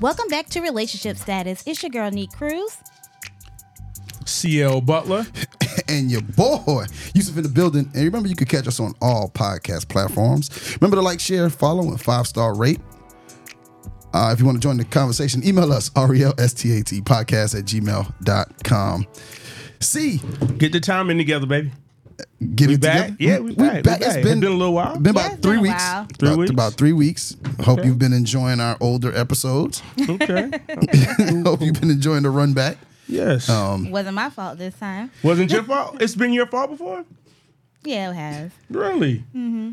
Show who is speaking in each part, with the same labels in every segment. Speaker 1: Welcome back to Relationship Status. It's your girl, Neat Cruz.
Speaker 2: CL Butler.
Speaker 3: and your boy Yusuf in the building. And remember, you can catch us on all podcast platforms. Remember to like, share, follow, and five star rate. Uh, if you want to join the conversation, email us, E R-E-L-S-T-A-T podcast at gmail.com. See,
Speaker 2: Get the timing together, baby.
Speaker 3: get
Speaker 2: We
Speaker 3: it
Speaker 2: back?
Speaker 3: together.
Speaker 2: Yeah, we back, we back. It's been a little while.
Speaker 3: Been
Speaker 1: Yeah,
Speaker 3: about
Speaker 1: it's
Speaker 3: three
Speaker 1: been a
Speaker 3: weeks.
Speaker 1: while.
Speaker 2: Three
Speaker 3: about,
Speaker 2: weeks?
Speaker 3: about three weeks. Hope you've been enjoying our older episodes.
Speaker 2: Okay.
Speaker 3: Hope you've been enjoying the run back.
Speaker 2: yes.
Speaker 3: Um,
Speaker 1: Wasn't my fault this time.
Speaker 2: Wasn't your fault? It's been your fault before?
Speaker 1: Yeah, it has.
Speaker 2: Really? Mm-hmm.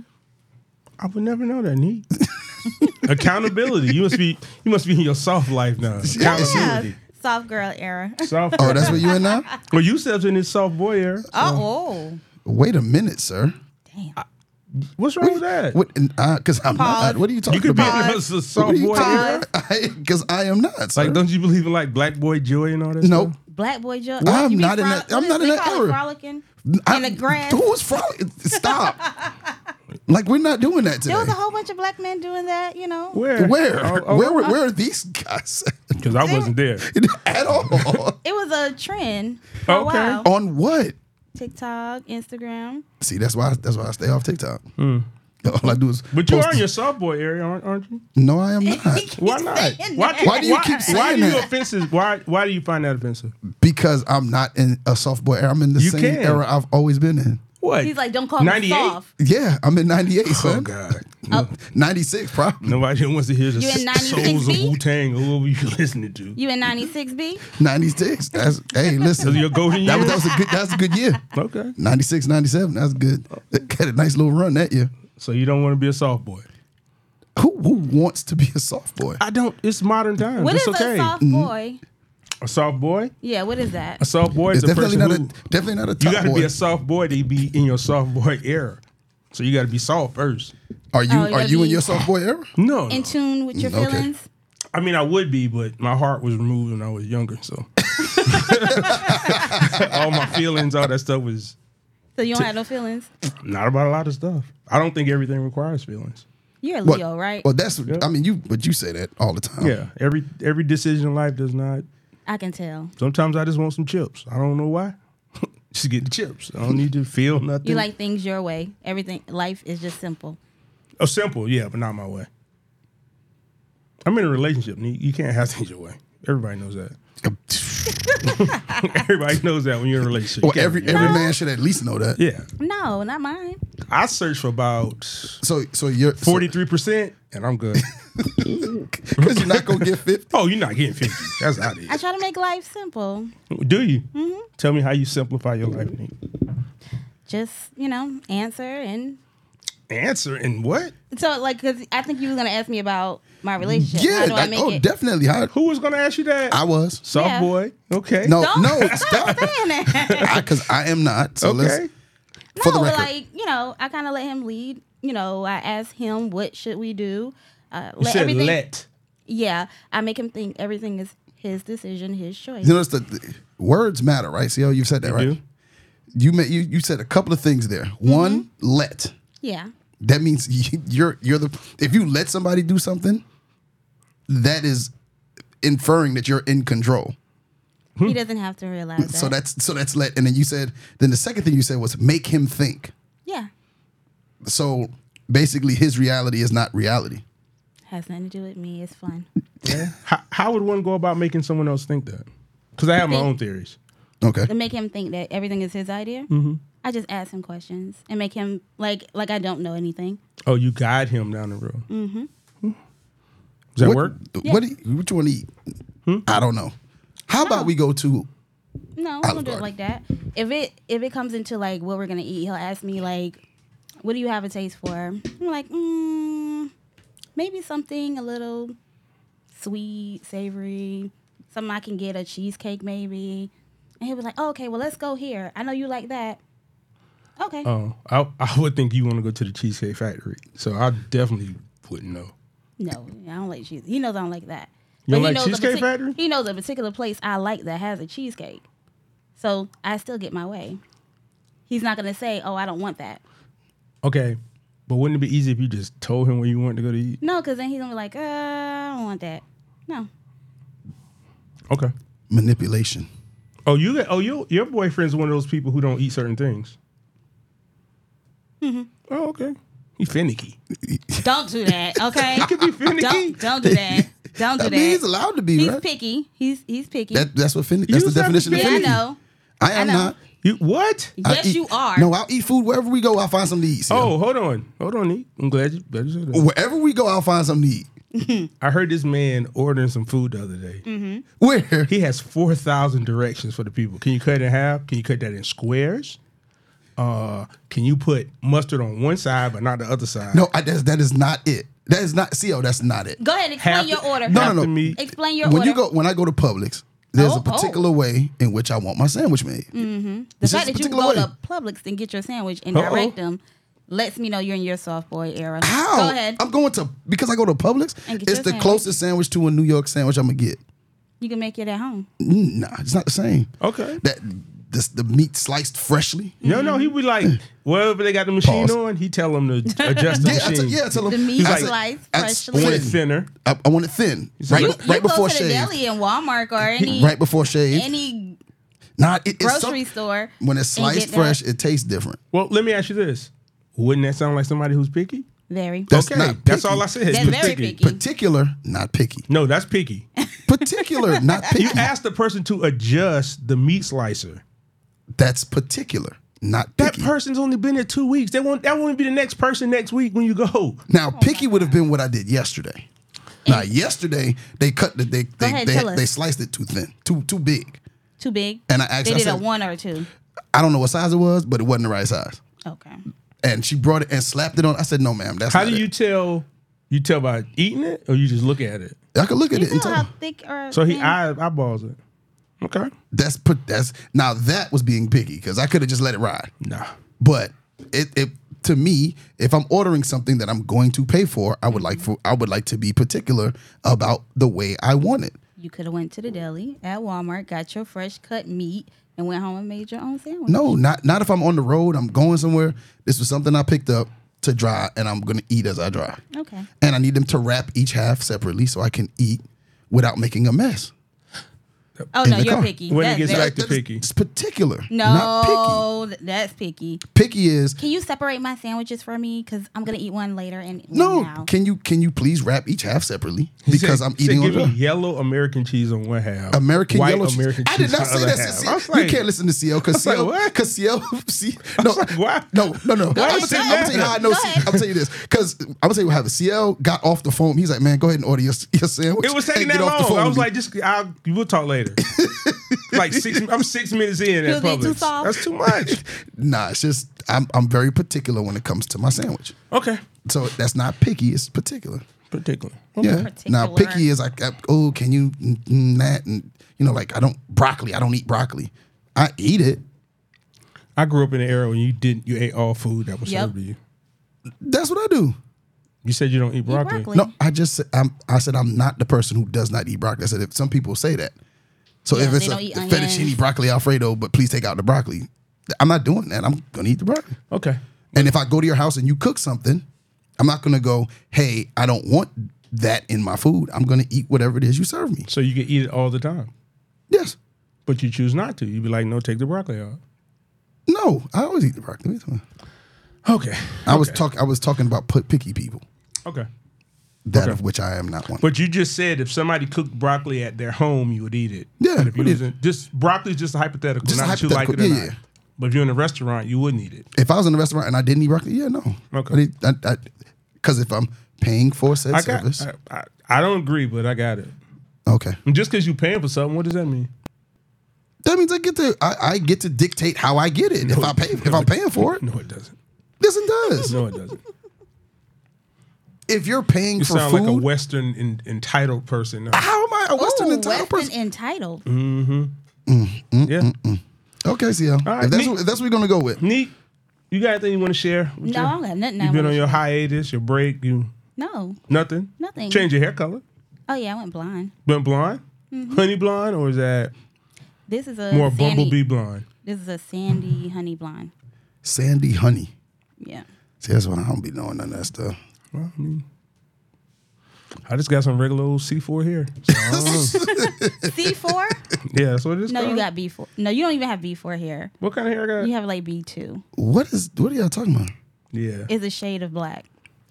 Speaker 2: I would never know that, Neat. Accountability. You must be you must be in your soft life now.
Speaker 1: Yeah.
Speaker 2: Accountability.
Speaker 1: Soft girl era.
Speaker 2: Soft
Speaker 3: oh, that's what you in now?
Speaker 2: Well, you stepped in this soft boy era.
Speaker 1: Oh, oh.
Speaker 3: Wait a minute, sir.
Speaker 1: damn.
Speaker 2: What's wrong with that?
Speaker 3: What? Because I'm
Speaker 1: Pause.
Speaker 3: not. What are you
Speaker 2: you
Speaker 3: talking
Speaker 2: could be
Speaker 3: about?
Speaker 2: in a
Speaker 1: Pause.
Speaker 2: soft boy era.
Speaker 3: Because I, am not. sir.
Speaker 2: Like, don't you believe in like black boy joy and all that?
Speaker 3: Nope.
Speaker 2: stuff?
Speaker 1: Black boy Joe.
Speaker 3: I'm
Speaker 1: You be
Speaker 3: not in that- I'm
Speaker 1: what
Speaker 3: not
Speaker 1: is-
Speaker 3: in
Speaker 1: they
Speaker 3: that
Speaker 1: call it
Speaker 3: era.
Speaker 1: Frolicking
Speaker 3: I-
Speaker 1: in the grass.
Speaker 3: Who's frowning? Stop. like we're not doing that today.
Speaker 1: There was a whole bunch of black men doing that, you know.
Speaker 2: Where?
Speaker 3: where?
Speaker 2: Oh, oh,
Speaker 3: where? Were, where are these guys
Speaker 2: Because I wasn't there.
Speaker 3: at all?
Speaker 1: It was a trend for a
Speaker 2: Okay.
Speaker 1: while.
Speaker 3: On what?
Speaker 1: TikTok, Instagram.
Speaker 3: See, that's why. That's why I stay off TikTok. All I do is.
Speaker 2: Hmm. But you
Speaker 3: post-
Speaker 2: are in your soft boy area, aren't, aren't you?
Speaker 3: No, I am not.
Speaker 2: Why not?
Speaker 1: saying
Speaker 2: Why,
Speaker 1: that.
Speaker 2: can't-
Speaker 3: Why do you keep
Speaker 2: Why
Speaker 3: saying
Speaker 2: do you
Speaker 3: that?
Speaker 2: offensive? Why Why do you find that offensive?
Speaker 3: because I'm not in a softball era. I'm in the
Speaker 2: You
Speaker 3: same
Speaker 2: can.
Speaker 3: era I've always been in.
Speaker 2: What?
Speaker 1: He's like, don't call me
Speaker 2: 98?
Speaker 1: soft. Oh,
Speaker 3: Yeah, I'm in '98,
Speaker 2: Oh
Speaker 3: son.
Speaker 2: God!
Speaker 3: Mm. '96, probably.
Speaker 2: Nobody wants to hear the
Speaker 1: You in
Speaker 2: s- souls of
Speaker 1: 96B?
Speaker 2: Wu Tang or whoever you listening to.
Speaker 1: You in 96B?
Speaker 3: '96. That's
Speaker 2: Those are
Speaker 3: hey, listen.
Speaker 2: your golden
Speaker 3: That was,
Speaker 2: years.
Speaker 3: that was a good. That's a good year.
Speaker 2: okay.
Speaker 3: 96, 97. That's good. Had a nice little run that year.
Speaker 2: So you don't want to be a soft boy.
Speaker 3: Who, who wants to be a soft boy?
Speaker 2: I don't. It's modern times.
Speaker 1: What is
Speaker 2: it's okay.
Speaker 1: a soft
Speaker 3: Mm-hmm.
Speaker 1: boy?
Speaker 2: A soft boy.
Speaker 1: Yeah, what is that?
Speaker 2: A soft boy is
Speaker 3: It's
Speaker 2: a
Speaker 3: definitely
Speaker 2: person
Speaker 3: not a
Speaker 2: who
Speaker 3: definitely not a
Speaker 2: you
Speaker 3: top
Speaker 2: got to
Speaker 3: boy.
Speaker 2: be a soft boy to be in your soft boy era. So you got to be soft first.
Speaker 3: are you
Speaker 1: Oh, you
Speaker 3: are
Speaker 1: gotta
Speaker 3: you in
Speaker 1: be-
Speaker 3: your soft boy era?
Speaker 2: No, no.
Speaker 1: In tune with your
Speaker 3: Mm, okay.
Speaker 1: feelings?
Speaker 2: I mean, I would be, but my heart was removed when I was younger, so all my feelings, all that stuff was
Speaker 1: So you don't have no feelings?
Speaker 2: not about a lot of stuff. I don't think everything requires feelings.
Speaker 1: You're a
Speaker 3: What-
Speaker 1: Leo, right?
Speaker 3: Well, that's I mean you but you say that all the time.
Speaker 2: Yeah, every every decision in life does not.
Speaker 1: I can tell.
Speaker 2: Sometimes I just want some chips. I don't know why. just get the chips. I don't need to feel nothing.
Speaker 1: You like things your way. Everything, life is just simple.
Speaker 2: oh simple, yeah, but not my way. I'm in a relationship. and You you can't have things your way. Everybody knows that. Everybody knows that when you're in a relationship. You
Speaker 3: Well,
Speaker 2: can't
Speaker 3: every
Speaker 2: have your
Speaker 3: every
Speaker 2: way.
Speaker 3: man should at least know that.
Speaker 2: yeah.
Speaker 1: No, not mine.
Speaker 2: I searched for about
Speaker 3: So so you're so-
Speaker 2: Forty three percent, and I'm good.
Speaker 3: 'cause you're not gonna get fit.
Speaker 2: oh, you're not getting fifty. That's out of
Speaker 1: I try to make life simple.
Speaker 2: it. Do you?
Speaker 1: Mm-hmm.
Speaker 2: Tell me how you simplify your life. Nick.
Speaker 1: Just, you know, answer and.
Speaker 2: Answer and what?
Speaker 1: So, like, because I think you were going to ask me about my relationship. How
Speaker 3: Yeah,
Speaker 1: do I
Speaker 3: like,
Speaker 1: make
Speaker 3: oh
Speaker 1: it?
Speaker 3: definitely. I,
Speaker 2: Who was gonna ask you that?
Speaker 3: I was.
Speaker 2: Soft
Speaker 1: Yeah.
Speaker 2: boy. Okay.
Speaker 3: No,
Speaker 1: Don't-
Speaker 3: no, stop.
Speaker 1: saying that.
Speaker 3: Because I, am not. So
Speaker 2: Okay.
Speaker 3: let's for the
Speaker 1: no, but
Speaker 3: record.
Speaker 1: like you know, I kind of let him lead. You know, I ask him what should we do. Uh,
Speaker 2: You
Speaker 1: let
Speaker 2: said
Speaker 1: everything.
Speaker 2: let.
Speaker 1: Yeah, I make him think everything is his decision, his choice.
Speaker 3: you notice that the- words matter, right? See how you've said that, right?
Speaker 2: do.
Speaker 3: You may, you you said a couple of things there.
Speaker 1: Mm-hmm.
Speaker 3: One, let.
Speaker 1: Yeah,
Speaker 3: That means you- you're you're the if you let somebody do something, that is inferring that you're in control.
Speaker 2: Hmm.
Speaker 1: he doesn't have to realize that.
Speaker 3: So that's so that's let. And then you said then the second thing you said was make him think.
Speaker 1: yeah
Speaker 3: So basically, his reality is not reality.
Speaker 1: has nothing to do with me. It's fun.
Speaker 2: Yeah. How, how would one go about making someone else think that? Because I have my
Speaker 1: Think-
Speaker 2: own theories.
Speaker 3: Okay.
Speaker 1: To make him think that everything is his idea, mm-hmm. I just ask him questions and make him like like I don't know anything.
Speaker 2: Oh, you guide him down the road. Mm-hmm. Does that
Speaker 3: what,
Speaker 2: work?
Speaker 3: What do you, what you want to eat? I don't know. How about we go to
Speaker 1: No,
Speaker 3: Olive
Speaker 1: I don't do it
Speaker 3: Garden.
Speaker 1: like that. If it if it comes into like what we're gonna eat, he'll ask me like, "What do you have a taste for?" I'm like, mm, maybe something a little sweet, savory. Something I can get a cheesecake maybe. And he'll be like, oh, "Okay, well let's go here. I know you like that." Okay.
Speaker 2: Oh, I, I would think you want to go to the Cheesecake Factory. So I definitely wouldn't know.
Speaker 1: no, I don't like cheese. He knows I don't like that.
Speaker 2: You don't
Speaker 1: he
Speaker 2: like
Speaker 1: knows a
Speaker 2: Cheesecake
Speaker 1: partic-
Speaker 2: Factory?
Speaker 1: He knows a particular place I like that has a cheesecake. So I still get my way. He's not gonna say, "Oh, I don't want that."
Speaker 2: Okay. But wouldn't it be easy if you just told him where you wanted to go to eat?
Speaker 1: No, because then he's gonna be like, uh, I don't want that. No.
Speaker 2: Okay.
Speaker 3: Manipulation.
Speaker 2: Oh, you. got- Oh, your your boyfriend's one of those people who don't eat certain things.
Speaker 3: Mm-hmm.
Speaker 2: Oh, okay. He finicky.
Speaker 1: Don't do that. Okay.
Speaker 2: He be finicky.
Speaker 1: don't don't do that. Eh, Don't do
Speaker 3: I
Speaker 1: that.
Speaker 3: mean, he's allowed to be,
Speaker 1: He's
Speaker 3: right?
Speaker 1: picky. He's he's picky.
Speaker 3: That, that's what finicky. That's
Speaker 2: You
Speaker 3: the
Speaker 2: sound
Speaker 3: definition of
Speaker 1: yeah, I
Speaker 3: finicky.
Speaker 1: know.
Speaker 3: I am
Speaker 1: I know.
Speaker 3: not.
Speaker 2: You what?
Speaker 3: I
Speaker 1: yes,
Speaker 3: eat-
Speaker 1: you are.
Speaker 3: No, I'll eat food wherever we go. I'll find something to eat. Oh,
Speaker 2: Oh, hold on, hold on. E. I'm glad you, glad you said that.
Speaker 3: wherever we go, I'll find something to eat.
Speaker 2: I heard this man ordering some food the other day.
Speaker 3: Mm. Where?
Speaker 2: He has four thousand directions for the people. Can you cut it in half? Can you cut that in squares? Uh, can you put mustard on one side but not the other side?
Speaker 3: No, I, that's, that is not it. That is not. Co, that's not it.
Speaker 1: Go ahead. Explain
Speaker 2: Half the-
Speaker 1: your order.
Speaker 3: No,
Speaker 2: Half
Speaker 3: no,
Speaker 2: the
Speaker 3: no.
Speaker 2: meat.
Speaker 1: Explain your
Speaker 3: When
Speaker 1: order.
Speaker 3: you go, when I go to Publix, there's
Speaker 1: Oh, Mm.
Speaker 3: a particular way in which I want my sandwich made.
Speaker 1: the
Speaker 3: It's just
Speaker 1: fact
Speaker 3: a
Speaker 1: that you
Speaker 3: particular
Speaker 1: go
Speaker 3: way.
Speaker 1: to Publix and get your sandwich and
Speaker 2: Uh-oh.
Speaker 1: direct them lets me know you're in your soft boy era.
Speaker 3: How?
Speaker 1: Go ahead.
Speaker 3: I'm going to because I go to Publix.
Speaker 1: And get
Speaker 3: It's
Speaker 1: your
Speaker 3: the
Speaker 1: sandwich.
Speaker 3: closest sandwich to a New York sandwich I'm gonna get.
Speaker 1: you can make it at home.
Speaker 3: Mm, Nah, it's not the same.
Speaker 2: Okay.
Speaker 3: That this, the meat sliced freshly.
Speaker 1: Mm.
Speaker 2: No, no. He would like wherever they got the machine
Speaker 3: Pause.
Speaker 2: on. He tell them to adjust the
Speaker 3: Yeah, I
Speaker 2: machine.
Speaker 3: tell, yeah, I tell
Speaker 1: The
Speaker 3: them.
Speaker 1: meat
Speaker 3: I said,
Speaker 1: sliced
Speaker 3: that's
Speaker 1: freshly.
Speaker 2: Put it
Speaker 3: thin.
Speaker 2: thinner.
Speaker 3: I, I want it thin.
Speaker 2: said
Speaker 3: Right,
Speaker 2: you-
Speaker 1: You
Speaker 3: right
Speaker 1: go
Speaker 3: before
Speaker 1: to the
Speaker 3: shave.
Speaker 1: deli in Walmart or any
Speaker 3: Right before shave.
Speaker 1: any
Speaker 3: nah, it- it's some-
Speaker 1: grocery store
Speaker 3: when it's
Speaker 1: and get
Speaker 3: sliced
Speaker 1: that.
Speaker 3: fresh, it tastes different.
Speaker 2: Well, let me ask you this: Wouldn't that sound like somebody who's picky?
Speaker 1: Very.
Speaker 3: That's
Speaker 2: okay,
Speaker 3: not
Speaker 2: that's
Speaker 3: picky.
Speaker 2: all I said.
Speaker 1: That's
Speaker 2: It's
Speaker 1: very picky.
Speaker 3: Particular, not picky.
Speaker 2: No, that's picky.
Speaker 3: Particular, not picky.
Speaker 2: You ask the person to adjust the meat slicer.
Speaker 3: That's particular, not
Speaker 2: That
Speaker 3: picky.
Speaker 2: person's only been there two weeks. They won't. That won't be the next person next week when you go.
Speaker 3: now,
Speaker 1: Oh
Speaker 3: picky would have been what I did yesterday. Now, yesterday they cut the they they,
Speaker 1: ahead,
Speaker 3: they,
Speaker 1: tell us.
Speaker 3: they sliced it too thin, too too big.
Speaker 1: Too big.
Speaker 3: And I asked-
Speaker 1: They
Speaker 3: I
Speaker 1: did a
Speaker 3: said-
Speaker 1: one or a two.
Speaker 3: I don't know what size it was, but it wasn't the right size.
Speaker 1: Okay.
Speaker 3: And she brought it and slapped it on. I said, "No, ma'am, that's
Speaker 2: How
Speaker 3: not
Speaker 2: do
Speaker 3: it."
Speaker 2: you tell? You tell by eating it, or you just look at it.
Speaker 3: I could look at
Speaker 1: You
Speaker 3: it and
Speaker 1: know how
Speaker 3: tell.
Speaker 1: thick or
Speaker 2: So he
Speaker 1: thin-
Speaker 2: eye, eyeballs it. Okay.
Speaker 3: That's put. That's now that was being picky because I could have just let it ride.
Speaker 2: Nah.
Speaker 3: But it, it to me, if I'm ordering something that I'm going to pay for, I would like
Speaker 2: Mm-hmm.
Speaker 3: for I would like to be particular about the way I want it.
Speaker 1: You could have went to the deli at Walmart, got your fresh cut meat, and went home and made your own sandwich.
Speaker 3: No, not not if I'm on the road, I'm going somewhere. This was something I picked up to dry and I'm gonna eat as I dry.
Speaker 1: Okay.
Speaker 3: And I need them to wrap each half separately so I can eat without making a mess.
Speaker 1: Oh
Speaker 3: In
Speaker 1: no,
Speaker 3: the
Speaker 1: you're
Speaker 3: car.
Speaker 1: picky.
Speaker 2: When it
Speaker 1: That-
Speaker 2: gets
Speaker 1: that-
Speaker 2: back to picky.
Speaker 3: It's particular. Not
Speaker 1: No, th- that's picky.
Speaker 3: picky. Picky is
Speaker 1: Can you separate my sandwiches for me? Because I'm gonna eat one later and one
Speaker 3: no.
Speaker 1: now.
Speaker 3: Can you can you please wrap each half separately?
Speaker 2: He
Speaker 3: Because
Speaker 2: said-
Speaker 3: I'm
Speaker 2: he said,
Speaker 3: eating on
Speaker 2: Give me
Speaker 3: dry.
Speaker 2: yellow American cheese on one half.
Speaker 3: American
Speaker 2: white
Speaker 3: yellow cheese.
Speaker 2: American
Speaker 3: I did
Speaker 2: cheese
Speaker 3: not
Speaker 2: on
Speaker 3: say
Speaker 2: the other
Speaker 3: that.
Speaker 2: half.
Speaker 3: Cecile.
Speaker 2: I was like,
Speaker 3: you can't listen to CO because
Speaker 2: like,
Speaker 3: CO
Speaker 2: what?
Speaker 3: because CO see, no,
Speaker 2: like, why?
Speaker 3: no no no.
Speaker 2: Why
Speaker 3: I'm gonna
Speaker 2: is
Speaker 3: tell
Speaker 2: it
Speaker 3: you- I'm gonna tell you how I know.
Speaker 1: Go
Speaker 3: C-
Speaker 1: ahead.
Speaker 3: I'm gonna tell you this because I'm gonna tell you what happened. CL got off the phone. He's like, man, go ahead and order your, your sandwich.
Speaker 2: It was
Speaker 3: and
Speaker 2: taking that
Speaker 3: get off the
Speaker 2: long.
Speaker 3: phone
Speaker 2: I
Speaker 3: with
Speaker 2: was
Speaker 3: me."
Speaker 2: like, just I'll, we'll talk later. like six, I'm six minutes in
Speaker 1: He'll
Speaker 2: at
Speaker 1: get too
Speaker 2: Publix.
Speaker 1: soft.
Speaker 2: That's too much.
Speaker 3: nah, it's just I'm I'm very particular when it comes to my sandwich.
Speaker 2: Okay,
Speaker 3: So that's not picky. It's particular.
Speaker 2: particular.
Speaker 3: Yeah. Now
Speaker 1: Particular.
Speaker 3: picky is like, uh, oh, can you mm, mm, that and you know like I don't broccoli. I don't eat broccoli. I eat it.
Speaker 2: I grew up in an era when you didn't, you ate all food that was
Speaker 1: Yep.
Speaker 2: served to you.
Speaker 3: That's what I do.
Speaker 2: You said you don't eat broccoli.
Speaker 1: broccoli.
Speaker 3: No, I just I'm, I said I'm not the person who does not eat broccoli. I said if some people say that. So
Speaker 1: Yeah,
Speaker 3: if
Speaker 1: they
Speaker 3: it's a
Speaker 1: don't eat
Speaker 3: fettuccine
Speaker 1: onions.
Speaker 3: broccoli alfredo, but please take out the broccoli. I'm not doing that. I'm gonna eat the broccoli.
Speaker 2: Okay.
Speaker 3: And if I go to your house and you cook something, I'm not gonna go. Hey, I don't want that in my food. I'm gonna eat whatever it is you serve me.
Speaker 2: So you can eat it all the time,
Speaker 3: Yes.
Speaker 2: but you choose not to. You'd be like, no, take the broccoli out.
Speaker 3: No. I always eat the broccoli. What are you talking about?
Speaker 2: Okay.
Speaker 3: I was talking. I was talking about put picky people.
Speaker 2: Okay.
Speaker 3: That of which I am not one.
Speaker 2: But you just said if somebody cooked broccoli at their home, you would eat it.
Speaker 3: Yeah,
Speaker 2: But if you
Speaker 3: what
Speaker 2: was
Speaker 3: is-
Speaker 2: in, just broccoli's just a hypothetical,
Speaker 3: Just a
Speaker 2: not that you like it or
Speaker 3: hypothetical,
Speaker 2: not.
Speaker 3: yeah,
Speaker 2: But if you're in a restaurant, you wouldn't eat it.
Speaker 3: if I was in a restaurant and I didn't eat broccoli, yeah, no.
Speaker 2: Okay.
Speaker 3: Because if I'm paying for said
Speaker 2: I got.
Speaker 3: service,
Speaker 2: I, I, I don't agree, but I got it.
Speaker 3: okay.
Speaker 2: And Just because you're paying for something, what does that mean?
Speaker 3: That means I get to I, I get to dictate how I get it if I pay if I'm paying for it.
Speaker 2: No, it doesn't.
Speaker 3: Yes, it does.
Speaker 2: No, it doesn't.
Speaker 3: If you're paying
Speaker 2: You
Speaker 3: for
Speaker 2: sound
Speaker 3: food,
Speaker 2: like a Western en- entitled person. No.
Speaker 3: how am I a Western
Speaker 1: Ooh,
Speaker 3: entitled
Speaker 1: Oh, Western
Speaker 3: person?
Speaker 1: entitled.
Speaker 2: Mm-hmm. yeah.
Speaker 3: Okay, CL.
Speaker 2: right,
Speaker 3: if that's
Speaker 2: me-
Speaker 3: what, that's what we're gonna go with.
Speaker 2: Neat. You got anything you want to share?
Speaker 1: No, I don't have nothing. I
Speaker 2: You've been
Speaker 1: wanna
Speaker 2: on your
Speaker 1: share.
Speaker 2: hiatus, your break. You
Speaker 1: No.
Speaker 2: nothing.
Speaker 1: Nothing.
Speaker 2: Change your hair color.
Speaker 1: Oh yeah, I went blind.
Speaker 2: Been blonde,
Speaker 1: Mm-hmm.
Speaker 2: honey blonde, or is that
Speaker 1: This is a
Speaker 2: more
Speaker 1: sandy,
Speaker 2: bumblebee blonde?
Speaker 1: This is a sandy honey blonde.
Speaker 3: Sandy Honey.
Speaker 1: Yeah.
Speaker 3: See, that's what I don't be knowing none of that stuff.
Speaker 2: I just got some regular old C4 here. So I don't know.
Speaker 1: C four?
Speaker 2: yeah, that's what it is.
Speaker 1: No, you
Speaker 2: called.
Speaker 1: got B four. No, you don't even have B four here.
Speaker 2: What kind of hair I got?
Speaker 1: You have like B two.
Speaker 3: What is? What are y'all talking about?
Speaker 2: Yeah.
Speaker 1: It's a shade of black.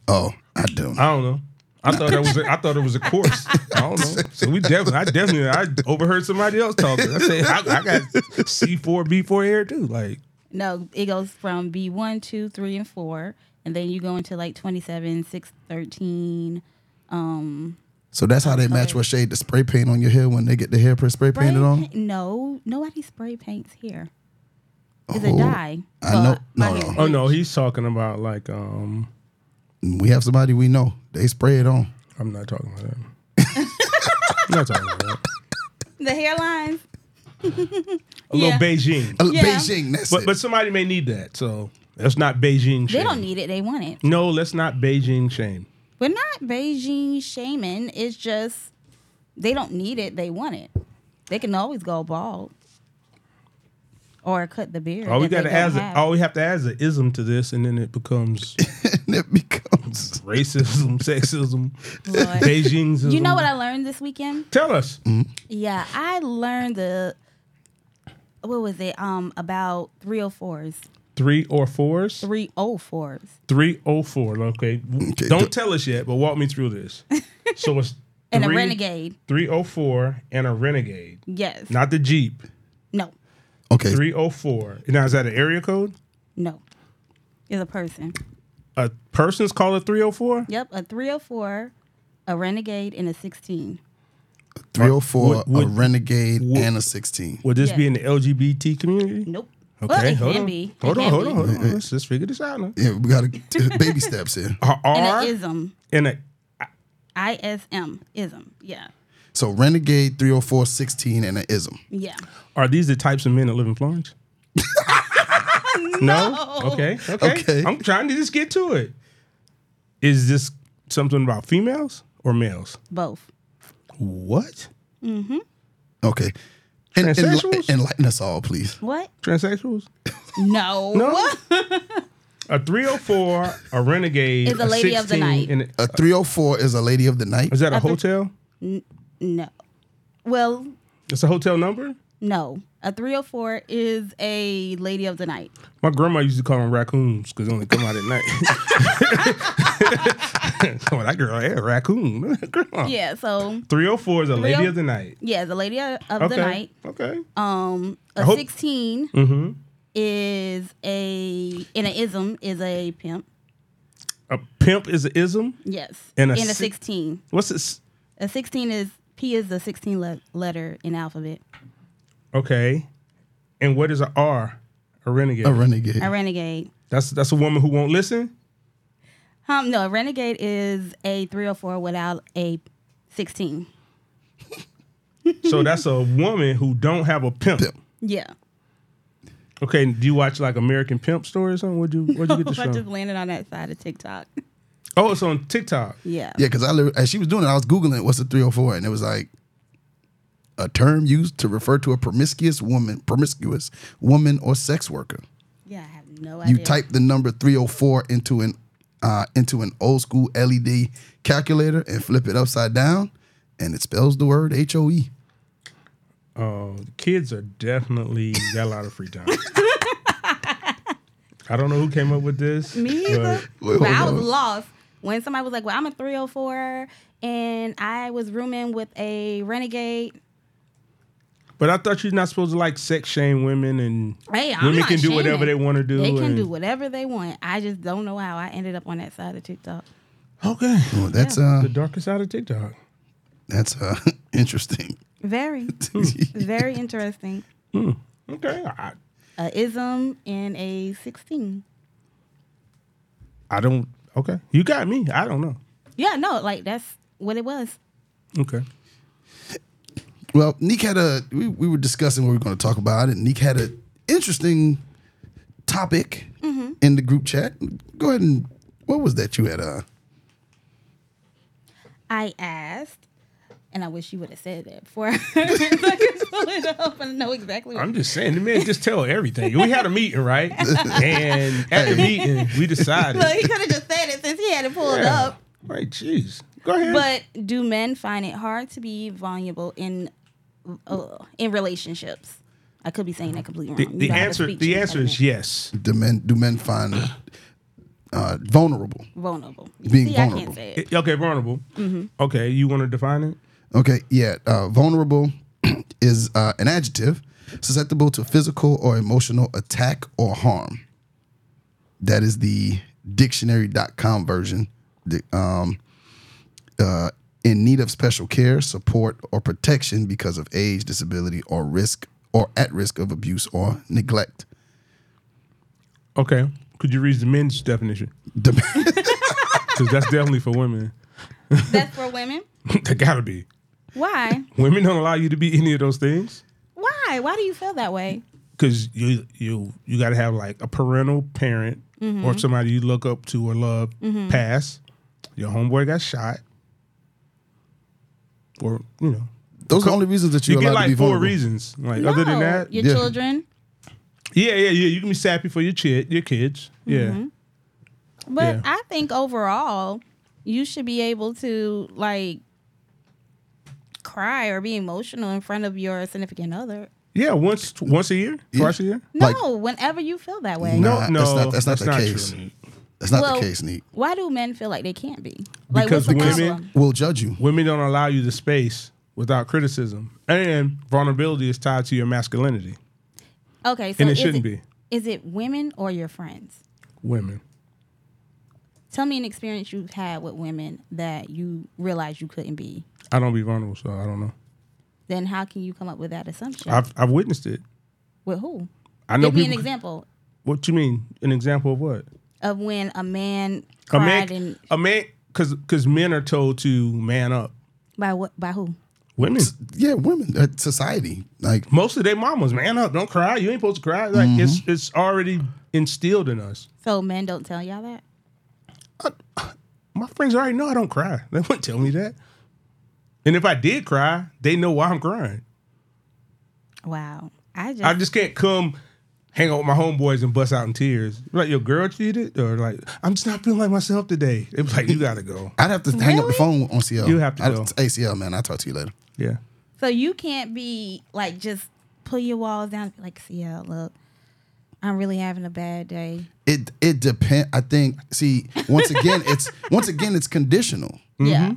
Speaker 3: Oh, I don't.
Speaker 2: I don't know. I thought that was a, I thought it was a course. I don't know. So we definitely, I definitely, I overheard somebody else talking. I said I, I got C four B four hair too. Like
Speaker 1: No, it goes from B one, two, three, and four, and then you go into like twenty seven, six, thirteen.
Speaker 3: So that's how they match what shade the spray paint on your hair when they get the hair spray painted
Speaker 1: Spray
Speaker 3: on.
Speaker 1: paint- No, nobody spray paints here. It's
Speaker 3: Oh,
Speaker 1: a dye.
Speaker 3: I
Speaker 1: Well,
Speaker 3: know-
Speaker 1: my
Speaker 3: no,
Speaker 1: hair-
Speaker 2: oh no, he's talking about like um
Speaker 3: We have somebody we know. They spray it on.
Speaker 2: I'm not talking about that. I'm not talking about that.
Speaker 1: The hairlines.
Speaker 2: A little
Speaker 1: Yeah.
Speaker 2: Beijing,
Speaker 3: Uh,
Speaker 1: Yeah.
Speaker 3: Beijing. That's
Speaker 2: but
Speaker 3: it.
Speaker 2: but somebody may need that. So that's not Beijing. Shame.
Speaker 1: They don't need it. They want it.
Speaker 2: No, let's not Beijing shame.
Speaker 1: We're not Beijing shaming. It's just they don't need it. They want it. They can always go bald or cut the beard.
Speaker 2: All we
Speaker 1: if they
Speaker 2: got to
Speaker 1: don't
Speaker 2: add,
Speaker 1: have
Speaker 2: all we have to add is an ism to this, and then it becomes
Speaker 3: and it becomes.
Speaker 2: racism, sexism,
Speaker 1: Lord.
Speaker 2: Beijing's.
Speaker 1: You know what I learned this weekend?
Speaker 2: Tell us.
Speaker 1: Yeah, I learned the what was it? Um, about 304s,
Speaker 2: Three or fours?
Speaker 1: 304s.
Speaker 2: 304. Okay.
Speaker 3: Okay,
Speaker 2: Don't
Speaker 3: go-
Speaker 2: tell us yet, but walk me through this. so it's
Speaker 1: And
Speaker 2: three-
Speaker 1: a renegade.
Speaker 2: 304 and a renegade.
Speaker 1: Yes.
Speaker 2: Not the Jeep.
Speaker 1: No.
Speaker 3: Okay.
Speaker 2: 304. Now, is that an area code?
Speaker 1: No. Is a person.
Speaker 2: A person's called a 304?
Speaker 1: Yep, a 304, a renegade, and a 16.
Speaker 3: Three oh four,
Speaker 2: Would- would-
Speaker 3: a renegade,
Speaker 2: would-
Speaker 3: and a sixteen.
Speaker 2: Would this be
Speaker 1: Yeah.
Speaker 2: in the LGBT community?
Speaker 1: Nope.
Speaker 2: Okay,
Speaker 1: Well, it
Speaker 2: hold,
Speaker 1: can
Speaker 2: on.
Speaker 1: be.
Speaker 2: hold
Speaker 1: It
Speaker 2: on.
Speaker 1: can
Speaker 2: Hold
Speaker 1: be.
Speaker 2: on, hold on. Let's, let's figure this out now.
Speaker 3: Yeah, we got to baby steps here.
Speaker 2: A
Speaker 1: And
Speaker 2: R
Speaker 1: a ism.
Speaker 2: and a
Speaker 1: ISM. Ism. Yeah.
Speaker 3: So renegade, 304, 16, and an ism.
Speaker 1: Yeah.
Speaker 2: Are these the types of men that live in Florence? no.
Speaker 1: Oh.
Speaker 2: Okay. Okay.
Speaker 3: Okay.
Speaker 2: I'm trying to just get to it. Is this something about females or males?
Speaker 1: Both.
Speaker 2: What?
Speaker 3: Okay. And, and,
Speaker 2: Transsexuals?
Speaker 3: enlighten us all, please.
Speaker 1: What?
Speaker 2: Transsexuals?
Speaker 1: No.
Speaker 2: No. a 304, a renegade,
Speaker 1: Is a lady of the
Speaker 2: 16,
Speaker 1: night.
Speaker 2: and a-
Speaker 3: A 304 is a lady of the night.
Speaker 2: is that a
Speaker 1: I think-
Speaker 2: hotel?
Speaker 1: No. Well,
Speaker 2: It's a hotel number?
Speaker 1: no. A 304 is a lady of the night.
Speaker 2: My grandma used to call them raccoons because they only come out at night. so that girl, yeah, raccoon. grandma.
Speaker 1: Yeah, so
Speaker 2: 304 is a lady
Speaker 1: Real-
Speaker 2: of the night.
Speaker 1: yeah, the lady of of
Speaker 2: Okay.
Speaker 1: the night.
Speaker 2: Okay.
Speaker 1: Um a
Speaker 2: I hope-
Speaker 1: 16
Speaker 2: Mm-hmm.
Speaker 1: is a and an ism is a pimp.
Speaker 2: A pimp is an ism.
Speaker 1: Yes.
Speaker 2: And a
Speaker 1: and a
Speaker 2: six-
Speaker 1: 16.
Speaker 2: What's this?
Speaker 1: A 16 is P is the 16 le- letter in alphabet.
Speaker 2: Okay. And what is a R? A renegade.
Speaker 3: A renegade.
Speaker 1: A renegade.
Speaker 2: that's that's a woman who won't listen.
Speaker 1: Um, no, a renegade is a 304 without a 16.
Speaker 2: So that's a woman who don't have a pimp.
Speaker 3: Pimp.
Speaker 1: Yeah.
Speaker 2: Okay. Do you watch like American Pimp Story or something? Where'd you Where'd you get this
Speaker 1: I just
Speaker 2: from?
Speaker 1: landed on that side of TikTok.
Speaker 2: Oh, it's on TikTok.
Speaker 1: Yeah.
Speaker 3: Yeah, because I li- as she was doing it, I was googling what's a 304, and it was like a term used to refer to a promiscuous woman, promiscuous woman or sex worker.
Speaker 1: Yeah, I have no
Speaker 3: You
Speaker 1: idea.
Speaker 3: type the number 304 into an uh, into an old school LED calculator and flip it upside down, and it spells the word H O E.
Speaker 2: Oh, kids are definitely got a lot of free time. I don't know who came up with this.
Speaker 1: Me either.
Speaker 3: Wait,
Speaker 1: But I
Speaker 3: hold
Speaker 1: was
Speaker 3: on.
Speaker 1: lost when somebody was like, "Well, I'm a 304 and I was rooming with a renegade."
Speaker 2: But I thought you're not supposed to like sex shame women and
Speaker 1: Hey, I'm
Speaker 2: women
Speaker 1: not
Speaker 2: can do whatever
Speaker 1: shaming.
Speaker 2: they want to do.
Speaker 1: They can
Speaker 2: and-
Speaker 1: do whatever they want. I just don't know how I ended up on that side of TikTok.
Speaker 2: Okay.
Speaker 3: Well, that's uh,
Speaker 2: The darkest side of TikTok.
Speaker 3: that's uh, interesting.
Speaker 1: Very, very interesting.
Speaker 2: Okay. I,
Speaker 1: A ism and a 16.
Speaker 2: I don't. Okay, you got me. I don't know.
Speaker 1: Yeah, no, like that's what it was.
Speaker 2: Okay,
Speaker 3: Well, Neek had a we, we were discussing what we were going to talk about, and Neek had an interesting topic in the group chat. Go ahead and what was that you had? Uh,
Speaker 1: I asked, and I wish you would have said that before so I could pull it up and know exactly what
Speaker 2: I'm just saying. The man just tell everything. We had a meeting, right? And at the meeting, we decided.
Speaker 1: Look, he could have just said it since he had it pulled
Speaker 2: yeah.
Speaker 1: up.
Speaker 2: Like, jeez, Go ahead.
Speaker 1: But do men find it hard to be vulnerable in uh, in relationships? I could be saying that completely
Speaker 2: the
Speaker 1: wrong.
Speaker 2: the answer the answer is
Speaker 1: yeah.
Speaker 2: yes.
Speaker 3: Do men do men find uh, vulnerable?
Speaker 1: vulnerable.
Speaker 3: Being
Speaker 1: See, I
Speaker 3: vulnerable.
Speaker 1: can't say it.
Speaker 2: It- okay, vulnerable. Okay, you want to define it?
Speaker 3: Okay, yeah. Uh, vulnerable is uh, an adjective susceptible to physical or emotional attack or harm. That is the dictionary.com version. The, um, uh, in need of special care, support, or protection because of age, disability, or risk, or at risk of abuse or neglect.
Speaker 2: Okay. Could you read the men's definition?
Speaker 3: The-
Speaker 2: Because that's definitely for women.
Speaker 1: That's for women.
Speaker 2: they gotta be.
Speaker 1: Why?
Speaker 2: Women don't allow you to be any of those things.
Speaker 1: Why? Why do you feel that way?
Speaker 2: Cause you you you gotta have like a parental parent or somebody you look up to or love pass. Your homeboy got shot. Or you know.
Speaker 3: Those are the only reasons that
Speaker 2: You
Speaker 3: you're
Speaker 2: get
Speaker 3: allowed to be
Speaker 2: like four
Speaker 3: vulnerable.
Speaker 2: reasons. Like other
Speaker 1: No,
Speaker 2: than that.
Speaker 1: your
Speaker 3: yeah.
Speaker 1: children.
Speaker 2: Yeah, yeah, yeah. You can be sappy for your kid your kids. Yeah.
Speaker 1: But
Speaker 2: Yeah.
Speaker 1: I think overall, you should be able to like cry or be emotional in front of your significant other.
Speaker 2: Yeah, once once a year? Twice a year?
Speaker 1: No,
Speaker 3: Like-
Speaker 1: whenever you feel that way.
Speaker 3: No, that's not- that's not the case.
Speaker 2: true.
Speaker 3: That's not
Speaker 1: Well,
Speaker 3: the case, Neat.
Speaker 1: Why do men feel like they can't be? Like
Speaker 2: Because
Speaker 1: what's the
Speaker 2: women-
Speaker 1: problem?
Speaker 3: We'll judge you.
Speaker 2: Women don't allow you the space without criticism. And vulnerability is tied to your masculinity.
Speaker 1: Okay, so
Speaker 2: And it
Speaker 1: is
Speaker 2: shouldn't be.
Speaker 1: Is it women or your friends?
Speaker 2: Women.
Speaker 1: Tell me an experience you've had with women that you realized you couldn't be.
Speaker 2: I don't be vulnerable, so I don't know.
Speaker 1: Then how can you come up with that assumption?
Speaker 2: I've I've witnessed it.
Speaker 1: with who?
Speaker 2: I know
Speaker 1: Give me an
Speaker 2: people-
Speaker 1: example
Speaker 2: What you mean? An example of what?
Speaker 1: of when a man
Speaker 2: A
Speaker 1: cried
Speaker 2: man,
Speaker 1: and
Speaker 2: a man, because because men are told to man up.
Speaker 1: by what by who?
Speaker 2: Women,
Speaker 3: Yeah, women, uh, society. Like,
Speaker 2: most of their mamas, man up. Don't cry. You ain't supposed to cry.
Speaker 3: Mm-hmm.
Speaker 2: Like it's it's already instilled in us.
Speaker 1: So men don't tell y'all that.
Speaker 2: My friends already know I don't cry. They wouldn't tell me that. And if I did cry, they know why I'm crying.
Speaker 1: Wow. I just,
Speaker 2: I just can't come hang out with my homeboys and bust out in tears. Like your girl cheated, or like I'm just not feeling like myself today. It was like you gotta go.
Speaker 3: I'd have to hang up the
Speaker 1: Really?
Speaker 3: phone on CL.
Speaker 2: You have to
Speaker 3: I-
Speaker 2: go.
Speaker 3: ACL, man. I'll talk to you later.
Speaker 2: Yeah.
Speaker 1: so you can't be like just pull your walls down and be like, see yeah, look, I'm really having a bad day.
Speaker 3: It it depend. I think. See, once again, it's once again, it's conditional.
Speaker 1: Yeah.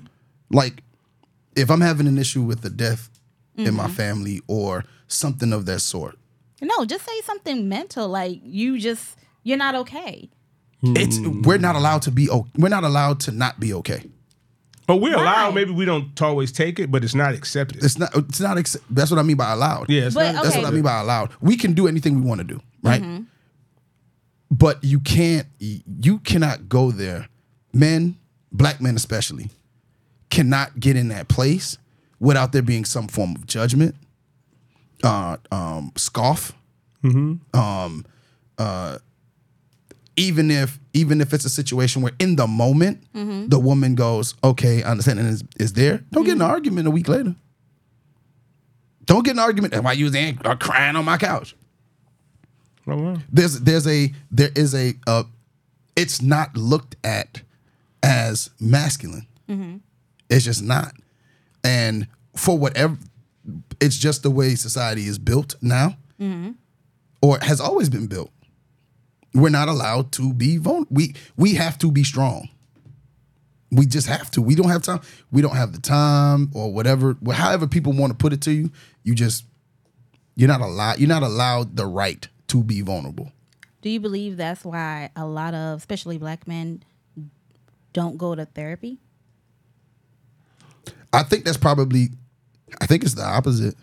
Speaker 3: Like, if I'm having an issue with the death in my family or something of that sort,
Speaker 1: No, just say something mental, like you just you're not okay.
Speaker 2: Mm.
Speaker 3: it's we're not allowed to be. o- We're not allowed to not be okay.
Speaker 2: But we're allowed.
Speaker 1: Right.
Speaker 2: Maybe we don't always take it, but it's not accepted.
Speaker 3: It's not. It's not. Ex- that's what I mean by allowed.
Speaker 2: yeah, it's
Speaker 1: But,
Speaker 2: not,
Speaker 3: That's
Speaker 1: okay.
Speaker 3: what I mean by allowed. We can do anything we want to do, right? But you can't. You cannot go there. Men, black men especially, cannot get in that place without there being some form of judgment, uh, um, scoff, um, uh, even if even if it's a situation where in the moment the woman goes, okay, I understand, and is, is there, don't get in an argument a week later. Don't get in an argument. That's why you was ang- uh, crying on my couch.
Speaker 2: Oh, wow.
Speaker 3: There's there's a there is a uh, it's not looked at as masculine. It's just not. And for whatever, it's just the way society is built now, or has always been built. We're not allowed to be vulnerable. We we have to be strong. We just have to. We don't have time. We don't have the time, or whatever. wh- However, people want to put it to you, you just you're not allowed. You're not allowed the right to be vulnerable.
Speaker 1: Do you believe that's why a lot of especially black men don't go to therapy?
Speaker 3: I think that's probably, I think it's the opposite.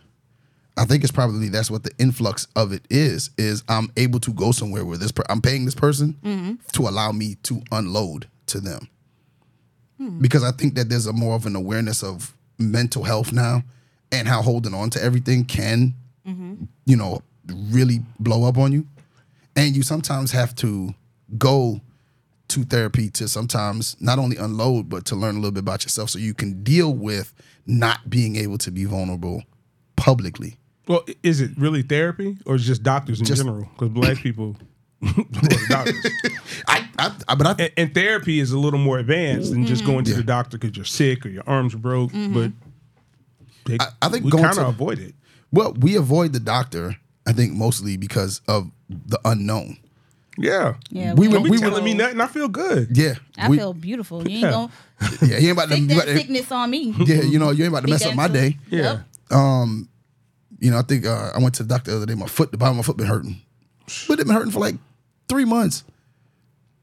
Speaker 3: I think it's probably that's what the influx of it is. Is I'm able to go somewhere where this per- I'm paying this person to allow me to unload to them, because I think that there's a more of an awareness of mental health now, and how holding on to everything can, you know, really blow up on you, and you sometimes have to go to therapy to sometimes not only unload but to learn a little bit about yourself so you can deal with not being able to be vulnerable publicly
Speaker 2: Well, i- is it really therapy or is it just doctors in
Speaker 3: Just-
Speaker 2: general? Because black people, doctors.
Speaker 3: I, I, I but I
Speaker 2: and, and therapy is a little more advanced than just going to
Speaker 1: Mm-hmm.
Speaker 2: the doctor because you're sick or your arms broke. But they,
Speaker 3: I- I think
Speaker 2: we
Speaker 3: going
Speaker 2: kind
Speaker 3: to-
Speaker 2: of avoid it.
Speaker 3: well we avoid the doctor. I think mostly because of the unknown.
Speaker 2: Yeah,
Speaker 1: Yeah,
Speaker 3: We
Speaker 2: Don't
Speaker 3: would-
Speaker 2: be
Speaker 3: we would-
Speaker 2: telling me nothing. I feel good.
Speaker 3: Yeah,
Speaker 1: I
Speaker 3: we-
Speaker 1: feel beautiful. You ain't
Speaker 2: Yeah.
Speaker 1: gonna
Speaker 3: yeah. You ain't about to,
Speaker 1: take
Speaker 3: you
Speaker 1: that
Speaker 3: about to
Speaker 1: sickness on me.
Speaker 3: yeah. You know you ain't about to
Speaker 1: Big
Speaker 3: mess up my
Speaker 1: dental.
Speaker 3: day.
Speaker 2: Yeah.
Speaker 1: Yep.
Speaker 3: You know I think uh, I went to the doctor the other day. My foot, the bottom of my foot, been hurting, but it been hurting for like three months.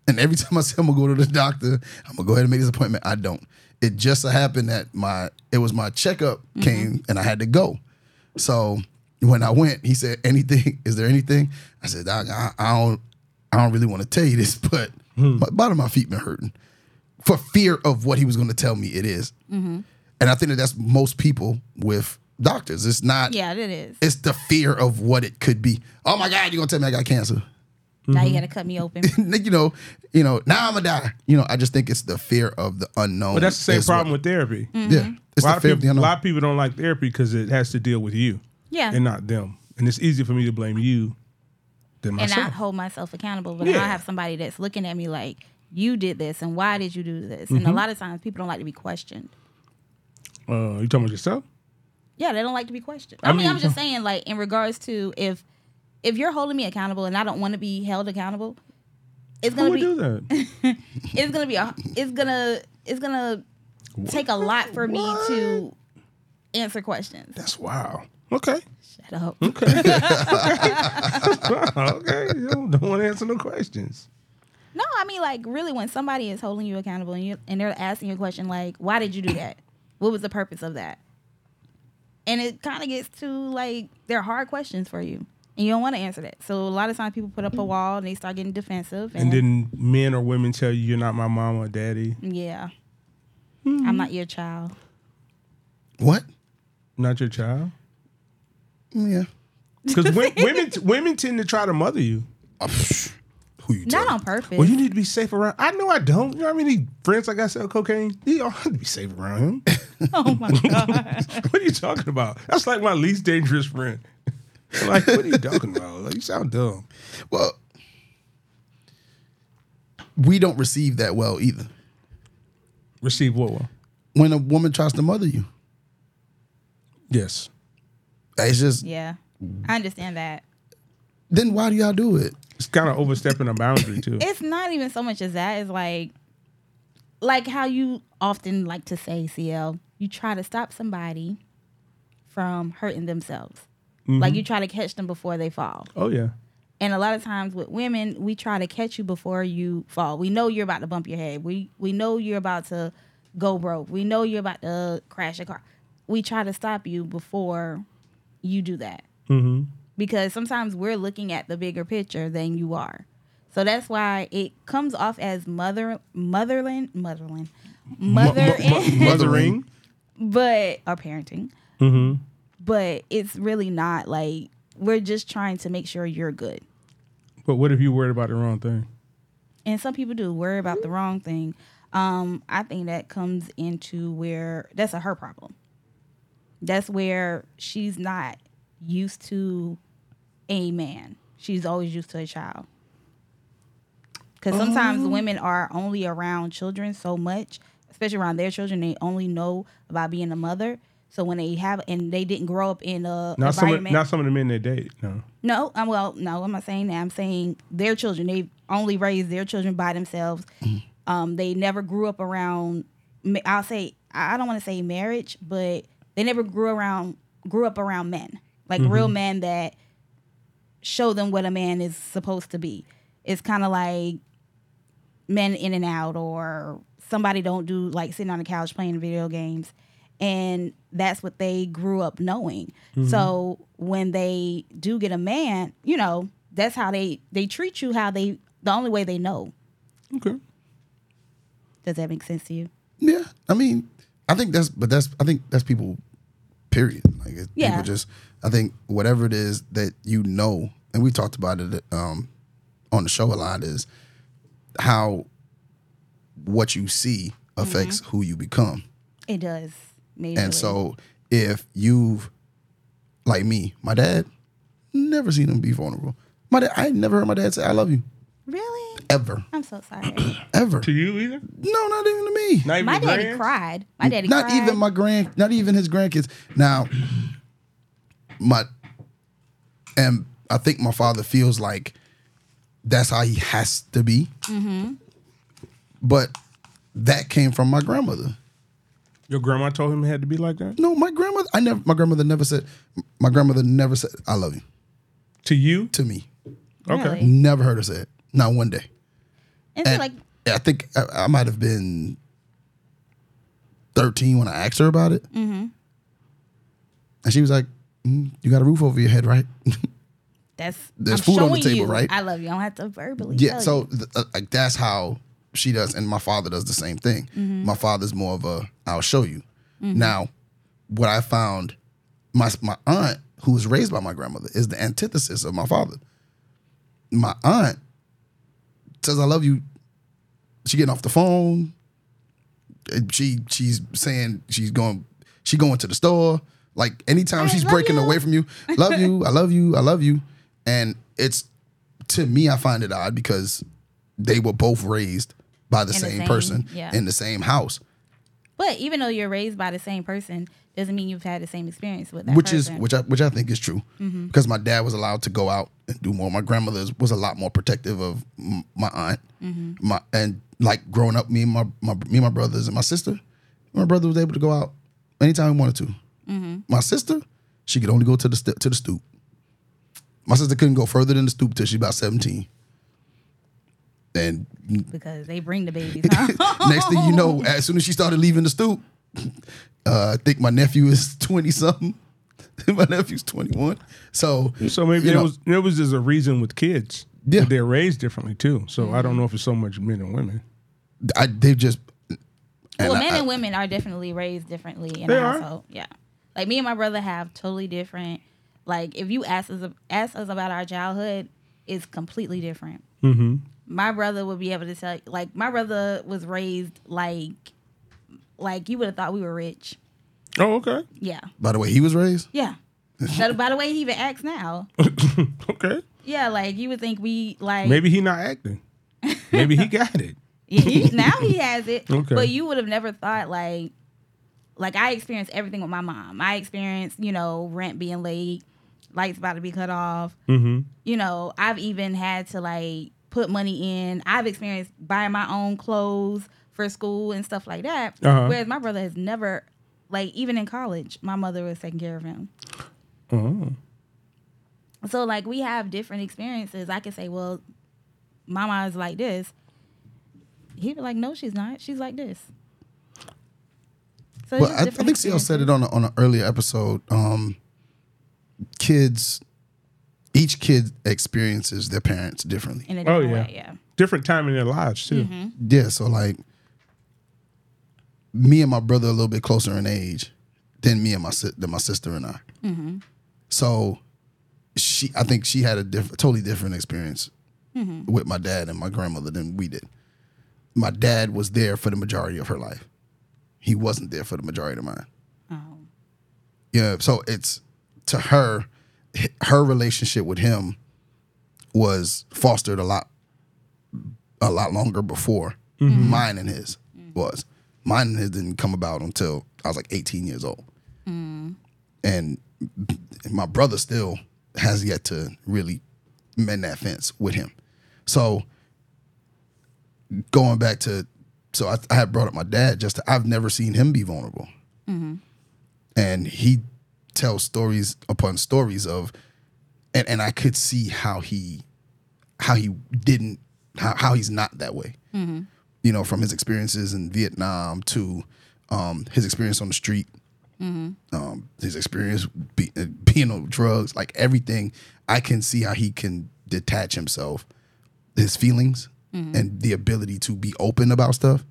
Speaker 3: And every time I say I'm gonna go to the doctor, I'm gonna go ahead and make this appointment. I don't. It just so happened that my it was my checkup came and I had to go. So when I went, he said, "Anything? Is there anything?" I said, "Doc, I, I don't, I don't really want to tell you this, but my bottom of my feet been hurting for fear of what he was going to tell me it is." And I think that that's most people with doctors. It's not.
Speaker 1: Yeah, it is.
Speaker 3: It's the fear of what it could be. Oh my God, you're gonna tell me I got cancer?
Speaker 1: Now you gotta cut me open.
Speaker 3: you know, you know, now I'm gonna die. You know, I just think it's the fear of the unknown.
Speaker 2: But that's the same
Speaker 3: is what-
Speaker 2: problem with therapy.
Speaker 1: Mm-hmm.
Speaker 3: Yeah, it's
Speaker 2: A
Speaker 3: the
Speaker 2: lot,
Speaker 3: fear
Speaker 2: of
Speaker 3: of
Speaker 2: people,
Speaker 3: the
Speaker 2: a
Speaker 3: unknown.
Speaker 2: lot of people don't like therapy because it has to deal with you
Speaker 1: Yeah.
Speaker 2: and not them. And it's easier for me to blame you than
Speaker 1: and
Speaker 2: myself.
Speaker 1: I hold myself accountable, but I
Speaker 2: Yeah.
Speaker 1: have somebody that's looking at me like, "You did this, and why did you do this?" And
Speaker 2: Mm-hmm.
Speaker 1: a lot of times, people don't like to be questioned.
Speaker 2: uh, you talking about yourself?
Speaker 1: Yeah, they don't like to be questioned. I, mean,
Speaker 2: mean,
Speaker 1: I'm just saying, like, in regards to if if you're holding me accountable and I don't want to be held accountable, it's
Speaker 2: Who
Speaker 1: gonna
Speaker 2: would
Speaker 1: be
Speaker 2: do that?
Speaker 1: it's gonna be a, it's gonna it's gonna take a lot for me to answer questions.
Speaker 2: That's wow. Okay.
Speaker 1: Shut up.
Speaker 2: Hmm? Wow, okay. You don't, don't want to answer no questions.
Speaker 1: No, I mean like really when somebody is holding you accountable and you and they're asking you a question like, why did you do that? What was the purpose of that? And it kind of gets to like they're hard questions for you. And you don't want to answer that. So a lot of times people put up a wall and they start getting defensive
Speaker 2: And then men or women tell you you're not my mom or daddy,
Speaker 1: Yeah. I'm not your child.
Speaker 3: what?
Speaker 2: not your child.
Speaker 3: Mm, Yeah.
Speaker 2: Because women women tend to try to mother you.
Speaker 3: Oh, psh, Who you
Speaker 1: Not
Speaker 3: telling?
Speaker 1: on purpose.
Speaker 2: Well, you need to be safe around. I know I don't. You know how many friends I got sell cocaine? You don't have to be safe around him.
Speaker 1: oh my god.
Speaker 2: what are you talking about? That's like my least dangerous friend. like, what are you talking about? Like, you sound dumb.
Speaker 3: Well, we don't receive that well either.
Speaker 2: Receive what one?
Speaker 3: When a woman tries to mother you,
Speaker 2: Yes.
Speaker 3: it's just
Speaker 1: yeah. I understand that.
Speaker 3: then why do y'all do it?
Speaker 2: It's kind of overstepping a boundary too.
Speaker 1: it's not even so much as that. It's like, like how you often like to say, CL, you try to stop somebody from hurting themselves. Like you try to catch them before they fall.
Speaker 2: oh yeah.
Speaker 1: And a lot of times with women, we try to catch you before you fall. We know you're about to bump your head. We we know you're about to go broke. We know you're about to crash a car. We try to stop you before you do that. Mm-hmm. Because sometimes we're looking at the bigger picture than you are. So that's why it comes off as mother motherland motherland mother
Speaker 2: Mu- mu- mothering.
Speaker 1: but or parenting. But it's really not like we're just trying to make sure you're good.
Speaker 2: But what if you worried about the wrong thing?
Speaker 1: and some people do worry about the wrong thing. Um, I think that comes into where that's a her problem. That's where she's not used to a man. She's always used to a child. Because sometimes women are only around children so much, especially around their children. They only know about being a mother. So when they have and they didn't grow up in a
Speaker 2: Not some. Of,
Speaker 1: environment.
Speaker 2: not some of the men they date. No.
Speaker 1: No, um, well, no, I'm not saying that. I'm saying their children. They only raised their children by themselves. Um, they never grew up around. ma- I'll say I I don't want to say marriage, but they never grew around grew up around men, like real men that show them what a man is supposed to be. It's kind of like men in and out or somebody don't do like sitting on the couch playing video games and that's what they grew up knowing so when they do get a man you know that's how they they treat you how they the only way they know
Speaker 2: Okay.
Speaker 1: does that make sense to you
Speaker 3: Yeah, I mean, I think that's but that's I think that's people. Period. Like it's
Speaker 1: Yeah.
Speaker 3: people just I think whatever it is that you know, and we talked about it um, on the show a lot is how what you see affects who you become.
Speaker 1: it does majorly.
Speaker 3: And so if you've like me, my dad never seen him be vulnerable. My dad, I ain't never heard my dad say I love you
Speaker 1: Really?
Speaker 3: ever,
Speaker 1: I'm so sorry.
Speaker 3: ever.
Speaker 2: To you either?
Speaker 3: No, not even to me.
Speaker 2: Not even
Speaker 1: my
Speaker 2: your
Speaker 1: daddy
Speaker 2: grand?
Speaker 1: cried. My daddy
Speaker 3: not
Speaker 1: cried.
Speaker 3: even my grand, not even his grandkids. Now, my and I think my father feels like that's how he has to be.
Speaker 1: Mm-hmm.
Speaker 3: But that came from my grandmother.
Speaker 2: Your grandma told him it had to be like that?
Speaker 3: No, my grandmother. I never. My grandmother never said. My grandmother never said "I love you"
Speaker 2: To you?
Speaker 3: to me.
Speaker 2: Okay.
Speaker 1: Really?
Speaker 3: Never heard her say it. Not one day.
Speaker 1: And so
Speaker 3: And
Speaker 1: like
Speaker 3: I think I, I might have been thirteen when I asked her about it, and she was like, "Mm, "You got a roof over your head, right?"
Speaker 1: that's
Speaker 3: There's
Speaker 1: I'm
Speaker 3: food on
Speaker 1: showing
Speaker 3: the table,
Speaker 1: you,
Speaker 3: right?
Speaker 1: I love you. I don't have to verbally.
Speaker 3: Yeah,
Speaker 1: tell
Speaker 3: so
Speaker 1: you.
Speaker 3: th- uh, like that's how she does, and my father does the same thing. My father's more of a "I'll show you." Now, what I found, my my aunt who was raised by my grandmother is the antithesis of my father. My aunt says "I love you." She getting off the phone. and She she's saying she's going she going to the store. Like anytime
Speaker 1: I
Speaker 3: she's
Speaker 1: love
Speaker 3: breaking
Speaker 1: you.
Speaker 3: away from you, love you, I love you, I love you, and it's to me, I find it odd because they were both raised by the,
Speaker 1: the
Speaker 3: same,
Speaker 1: same-
Speaker 3: person
Speaker 1: yeah.
Speaker 3: in the same house,
Speaker 1: But even though you're raised by the same person, doesn't mean you've had the same experience with that
Speaker 3: which
Speaker 1: person. Mm-hmm.
Speaker 3: is which I which I think is true because my dad was allowed to go out and do more. My grandmother was a lot more protective of m- my aunt,
Speaker 1: Mm-hmm.
Speaker 3: my and like growing up, me and my, my me and my brothers and my sister, my brother was able to go out anytime he wanted to.
Speaker 1: Mm-hmm.
Speaker 3: My sister, she could only go to the st- to the stoop. My sister couldn't go further than the stoop till she about seventeen, and
Speaker 1: because they bring the babies home.
Speaker 3: Next thing you know, as soon as she started leaving the stoop, uh, I think my nephew is twenty something. my nephew's twenty one. So,
Speaker 2: So maybe
Speaker 3: you
Speaker 2: there
Speaker 3: know,
Speaker 2: was there was just a reason with kids.
Speaker 3: Yeah.
Speaker 2: that They're raised differently too. So I don't know if it's so much men and women.
Speaker 3: I, they just
Speaker 1: well,
Speaker 3: I-
Speaker 1: men
Speaker 3: I-
Speaker 1: and women are definitely raised differently in
Speaker 2: They
Speaker 1: a
Speaker 2: are.
Speaker 1: household. Yeah, like me and my brother have totally different. Like if you ask us ask us about our childhood, it's completely different. Mm-hmm. My brother would be able to tell. Like my brother was raised like, like you would have thought we were rich.
Speaker 2: Oh, okay.
Speaker 1: Yeah,
Speaker 3: by the way he was raised.
Speaker 1: yeah. so, by the way, he even acts now.
Speaker 2: Okay.
Speaker 1: Yeah, like you would think we like
Speaker 2: Maybe he not acting. Maybe he got it.
Speaker 1: Yeah, he, now he has it.
Speaker 2: Okay.
Speaker 1: But you would have never thought like like I experienced everything with my mom. I experienced, you know, rent being late, lights about to be cut off.
Speaker 2: Mm-hmm.
Speaker 1: You know, I've even had to like put money in. I've experienced buying my own clothes for school and stuff like that.
Speaker 2: Uh-huh.
Speaker 1: Whereas my brother has never like even in college, my mother was taking care of him.
Speaker 3: Uh-huh.
Speaker 2: Oh.
Speaker 1: So like we have different experiences. I can say, well, mama is like this. He'd be like, no, she's not. She's like this. So
Speaker 3: But I, I think CL said it on a, on an earlier episode. Um, kids, each kid experiences their parents differently.
Speaker 1: In a
Speaker 2: Oh,
Speaker 1: different
Speaker 2: yeah.
Speaker 1: way, yeah.
Speaker 2: Different time in their lives too.
Speaker 3: Mm-hmm. Yeah, so like me and my brother are a little bit closer in age than me and my si- than my sister and I. So she, I think she had a diff- totally different experience with my dad and my grandmother than we did. My dad was there for the majority of her life. He wasn't there for the majority of mine.
Speaker 1: Um,
Speaker 3: Yeah, so it's to her, h- her relationship with him was fostered a lot, a lot longer before mine and his was. Mine and his didn't come about until I was like 18 years old, and my brother still has yet to really mend that fence with him. So going back to, so I, I had brought up my dad. Just I've never seen him be vulnerable and he tells stories upon stories of and, and I could see how he how he didn't how, how he's not that way you know from his experiences in Vietnam to um, his experience on the street um, his experience be, uh, being on drugs like everything I can see how he can detach himself his feelings and the ability to be open about stuff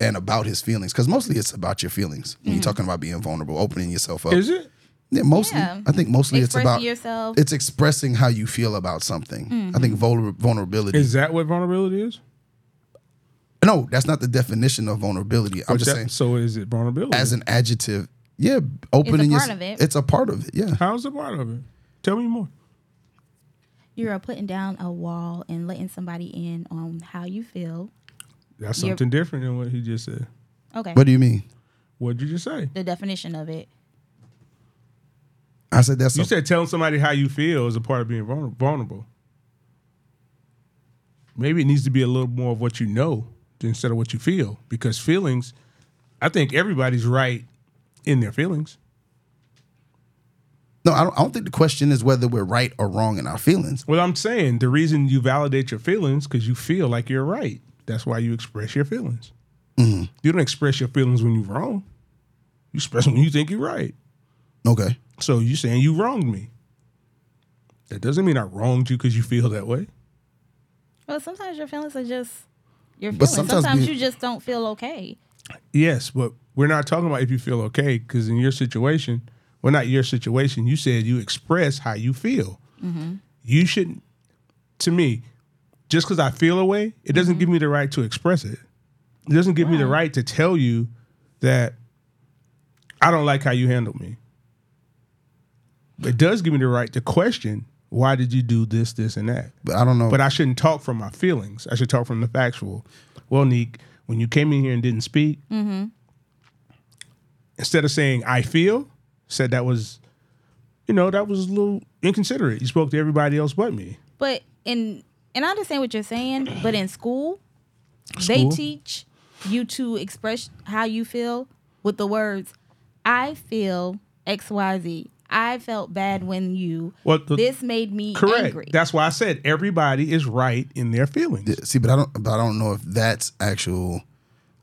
Speaker 3: and about his feelings because mostly it's about your feelings when you're talking about being vulnerable opening yourself up
Speaker 2: Is it?
Speaker 3: yeah, mostly.
Speaker 1: Yeah.
Speaker 3: I think mostly it's
Speaker 1: Expressing
Speaker 3: about
Speaker 1: yourself. Mm-hmm.
Speaker 3: it's expressing how you feel about something. I think vulner- vulnerability.
Speaker 2: Is that what vulnerability is?
Speaker 3: no, that's not the definition of vulnerability. I'm
Speaker 2: But
Speaker 3: just
Speaker 2: that-
Speaker 3: saying
Speaker 2: So is it vulnerability?
Speaker 3: as an adjective. Yeah, opening
Speaker 1: part
Speaker 3: your-
Speaker 1: of it.
Speaker 3: It's a part of it. Yeah,
Speaker 2: How's it part of it? Tell me more.
Speaker 1: you are putting down a wall and letting somebody in on how you feel.
Speaker 2: That's
Speaker 1: You're-
Speaker 2: something different than what he just said.
Speaker 1: Okay.
Speaker 3: What do you mean?
Speaker 2: What did you just say?
Speaker 1: the definition of it.
Speaker 3: I said that's
Speaker 2: You
Speaker 3: a,
Speaker 2: said telling somebody how you feel is a part of being vulner- vulnerable. Maybe it needs to be a little more of what you know instead of what you feel, because feelings. I think everybody's right in their feelings.
Speaker 3: no. I don't, I don't think the question is whether we're right or wrong in our feelings.
Speaker 2: Well, I'm saying the reason you validate your feelings because you feel like you're right. That's why you express your feelings. You don't express your feelings when you're wrong. You express them when you think you're right.
Speaker 3: Okay.
Speaker 2: So you saying you wronged me. That doesn't mean I wronged you because you feel that way.
Speaker 1: Well, sometimes your feelings are just your
Speaker 3: But
Speaker 1: feelings.
Speaker 3: sometimes
Speaker 1: Sometimes,
Speaker 3: we-
Speaker 1: you just don't feel okay.
Speaker 2: Yes, but we're not talking about if you feel okay because in your situation, well, not your situation. You said you express how you feel. You shouldn't. To me, just because I feel a way, it doesn't give me the right to express it. It doesn't give me the right to tell you that I don't like how you handled me. It does give me the right to question why did you do this, this, and that.
Speaker 3: But I don't know.
Speaker 2: But I shouldn't talk from my feelings. I should talk from the factual. Well, Neek, when you came in here and didn't speak, instead of saying I feel, said that was, you know, that was a little inconsiderate. You spoke to everybody else but me.
Speaker 1: But in and I understand what you're saying, but in school, they
Speaker 2: School?
Speaker 1: teach you to express how you feel with the words I feel XYZ. I felt bad when you
Speaker 2: Well, the-
Speaker 1: this made me
Speaker 2: Correct.
Speaker 1: angry.
Speaker 2: That's why I said everybody is right in their feelings.
Speaker 3: See, but I don't. But I don't know if that's actual.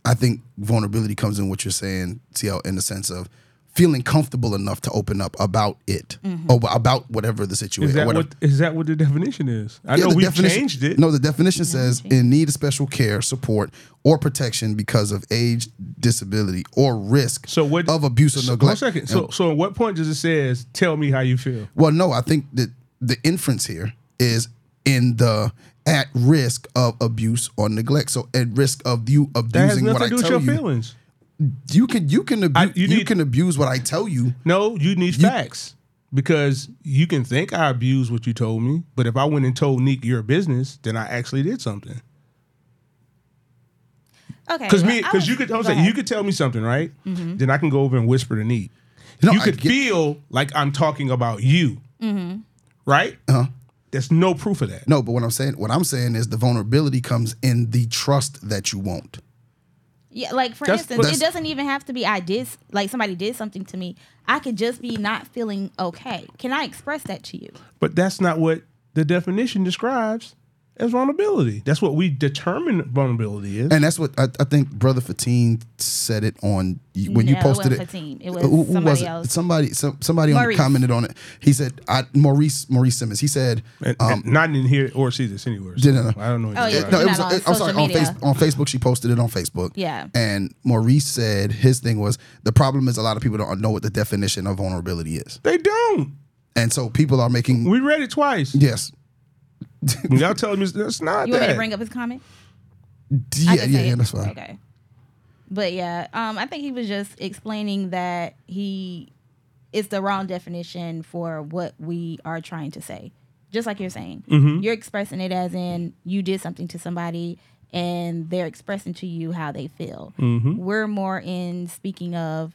Speaker 3: I think vulnerability comes in what you're saying, TL, in the sense of feeling comfortable enough to open up about it, or about whatever the situation.
Speaker 2: Is that
Speaker 3: whatever-
Speaker 2: what is that what the definition is? I
Speaker 3: Yeah,
Speaker 2: know
Speaker 3: the
Speaker 2: we
Speaker 3: definition-
Speaker 2: changed it.
Speaker 3: No, the definition says in need of special care, support, or protection because of age, disability, or risk
Speaker 2: So what-
Speaker 3: of abuse or
Speaker 2: So, one
Speaker 3: neglect.
Speaker 2: second.
Speaker 3: And-
Speaker 2: So, so at what point does it says tell me how you feel?
Speaker 3: well, no, I think that the inference here is in the at risk of abuse or neglect. So at risk of you
Speaker 2: That has
Speaker 3: abusing
Speaker 2: nothing
Speaker 3: what
Speaker 2: to
Speaker 3: I
Speaker 2: do
Speaker 3: tell
Speaker 2: with your
Speaker 3: you.
Speaker 2: feelings.
Speaker 3: You can you can abu-
Speaker 2: I-
Speaker 3: you,
Speaker 2: you need-
Speaker 3: can abuse what I tell you.
Speaker 2: No, you need facts because you can think I abused what you told me, but if I went and told Nick your business, then I actually did something.
Speaker 1: Okay.
Speaker 2: Because me,
Speaker 1: well, I
Speaker 2: because you
Speaker 1: was-
Speaker 2: could, I'm
Speaker 1: go
Speaker 2: saying,
Speaker 1: ahead.
Speaker 2: you could tell me something, right? Then I can go over and whisper to Neek.
Speaker 3: Mm-hmm. No,
Speaker 2: you
Speaker 3: I
Speaker 2: could
Speaker 3: get- Mm-hmm.
Speaker 2: feel like I'm talking about you, right? Uh-huh. There's no proof of that.
Speaker 3: No, but what I'm saying what I'm saying is the vulnerability comes in the trust that you won't.
Speaker 1: Yeah, like for
Speaker 2: That's-
Speaker 1: instance,
Speaker 3: that's-
Speaker 1: it doesn't even have to be I did like somebody did something to me. I could just be not feeling okay. Can I express that to you?
Speaker 2: But that's not what the definition describes as vulnerability. That's what we determine vulnerability is.
Speaker 3: And that's what I, I think Brother Fatine said it on when you
Speaker 1: No,
Speaker 3: posted
Speaker 1: it.
Speaker 3: it. Uh,
Speaker 1: Wasn't Fatim. It was
Speaker 3: Who- who
Speaker 1: somebody
Speaker 3: was it?
Speaker 1: else.
Speaker 3: Somebody, some, somebody on
Speaker 1: Maurice.
Speaker 3: commented on it. He said, I, "Maurice, Maurice Simmons." He said,
Speaker 2: And-
Speaker 3: um,
Speaker 2: and not in here or see this anywhere.
Speaker 3: Yeah, no, no.
Speaker 2: I don't know.
Speaker 1: Oh, yeah,
Speaker 2: anything
Speaker 1: no,
Speaker 2: about
Speaker 3: "No,
Speaker 1: not
Speaker 3: it was."
Speaker 1: on
Speaker 3: I'm sorry.
Speaker 1: social
Speaker 3: On,
Speaker 1: media.
Speaker 3: face, on Facebook, she posted it on Facebook.
Speaker 1: Yeah.
Speaker 3: And Maurice said his thing was the problem is a lot of people don't know what the definition of vulnerability is,
Speaker 2: They don't.
Speaker 3: and so people are making
Speaker 2: We read it twice.
Speaker 3: yes,
Speaker 2: When y'all telling me that's not
Speaker 1: You
Speaker 2: that.
Speaker 1: want me to bring up his comment? I
Speaker 3: yeah,
Speaker 1: can
Speaker 3: yeah,
Speaker 1: say
Speaker 3: yeah.
Speaker 1: it.
Speaker 3: That's fine.
Speaker 1: Okay. But yeah, um, I think he was just explaining that he it's the wrong definition for what we are trying to say. Just like you're saying, you're expressing it as in you did something to somebody and they're expressing to you how they feel. We're more in speaking of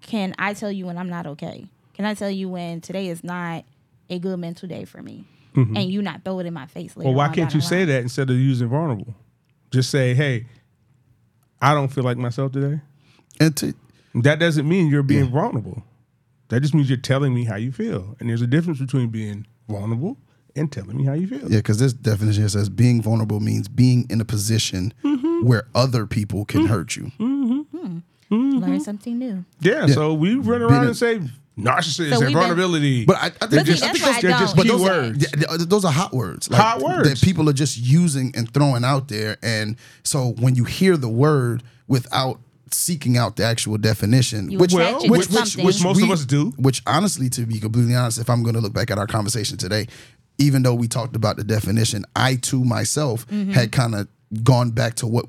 Speaker 1: can I tell you when I'm not okay? Can I tell you when today is not a good mental day for me? And you not throw it in my face later.
Speaker 2: well, why
Speaker 1: on
Speaker 2: can't
Speaker 1: down
Speaker 2: you
Speaker 1: the
Speaker 2: say
Speaker 1: line?
Speaker 2: that instead of using vulnerable? Just say, hey, I don't feel like myself today.
Speaker 3: And to,
Speaker 2: That doesn't mean you're being vulnerable. That just means you're telling me how you feel. And there's a difference between being vulnerable and telling me how you feel.
Speaker 3: yeah, because this definition says being vulnerable means being in a position
Speaker 1: Mm-hmm.
Speaker 3: where other people can hurt you.
Speaker 1: Learn something new.
Speaker 2: Yeah, so we run around and say narcissist
Speaker 1: So
Speaker 2: and
Speaker 1: we've been-
Speaker 2: vulnerability.
Speaker 3: But I, I think
Speaker 1: But see,
Speaker 3: just-
Speaker 1: that's
Speaker 2: I think
Speaker 1: why I
Speaker 2: they're just
Speaker 1: don't.
Speaker 2: key
Speaker 3: those
Speaker 2: words.
Speaker 3: Are, yeah, th- those are hot words. like,
Speaker 2: Hot words.
Speaker 3: that people are just using and throwing out there. And so when you hear the word without seeking out the actual definition,
Speaker 1: You
Speaker 3: which
Speaker 1: attract
Speaker 2: Well,
Speaker 1: it to
Speaker 2: which-
Speaker 3: which,
Speaker 1: something.
Speaker 3: which
Speaker 2: Most
Speaker 3: we-
Speaker 2: of us do.
Speaker 3: Which honestly, to be completely honest, if I'm going to look back at our conversation today, even though we talked about the definition, I too myself had kind of gone back to what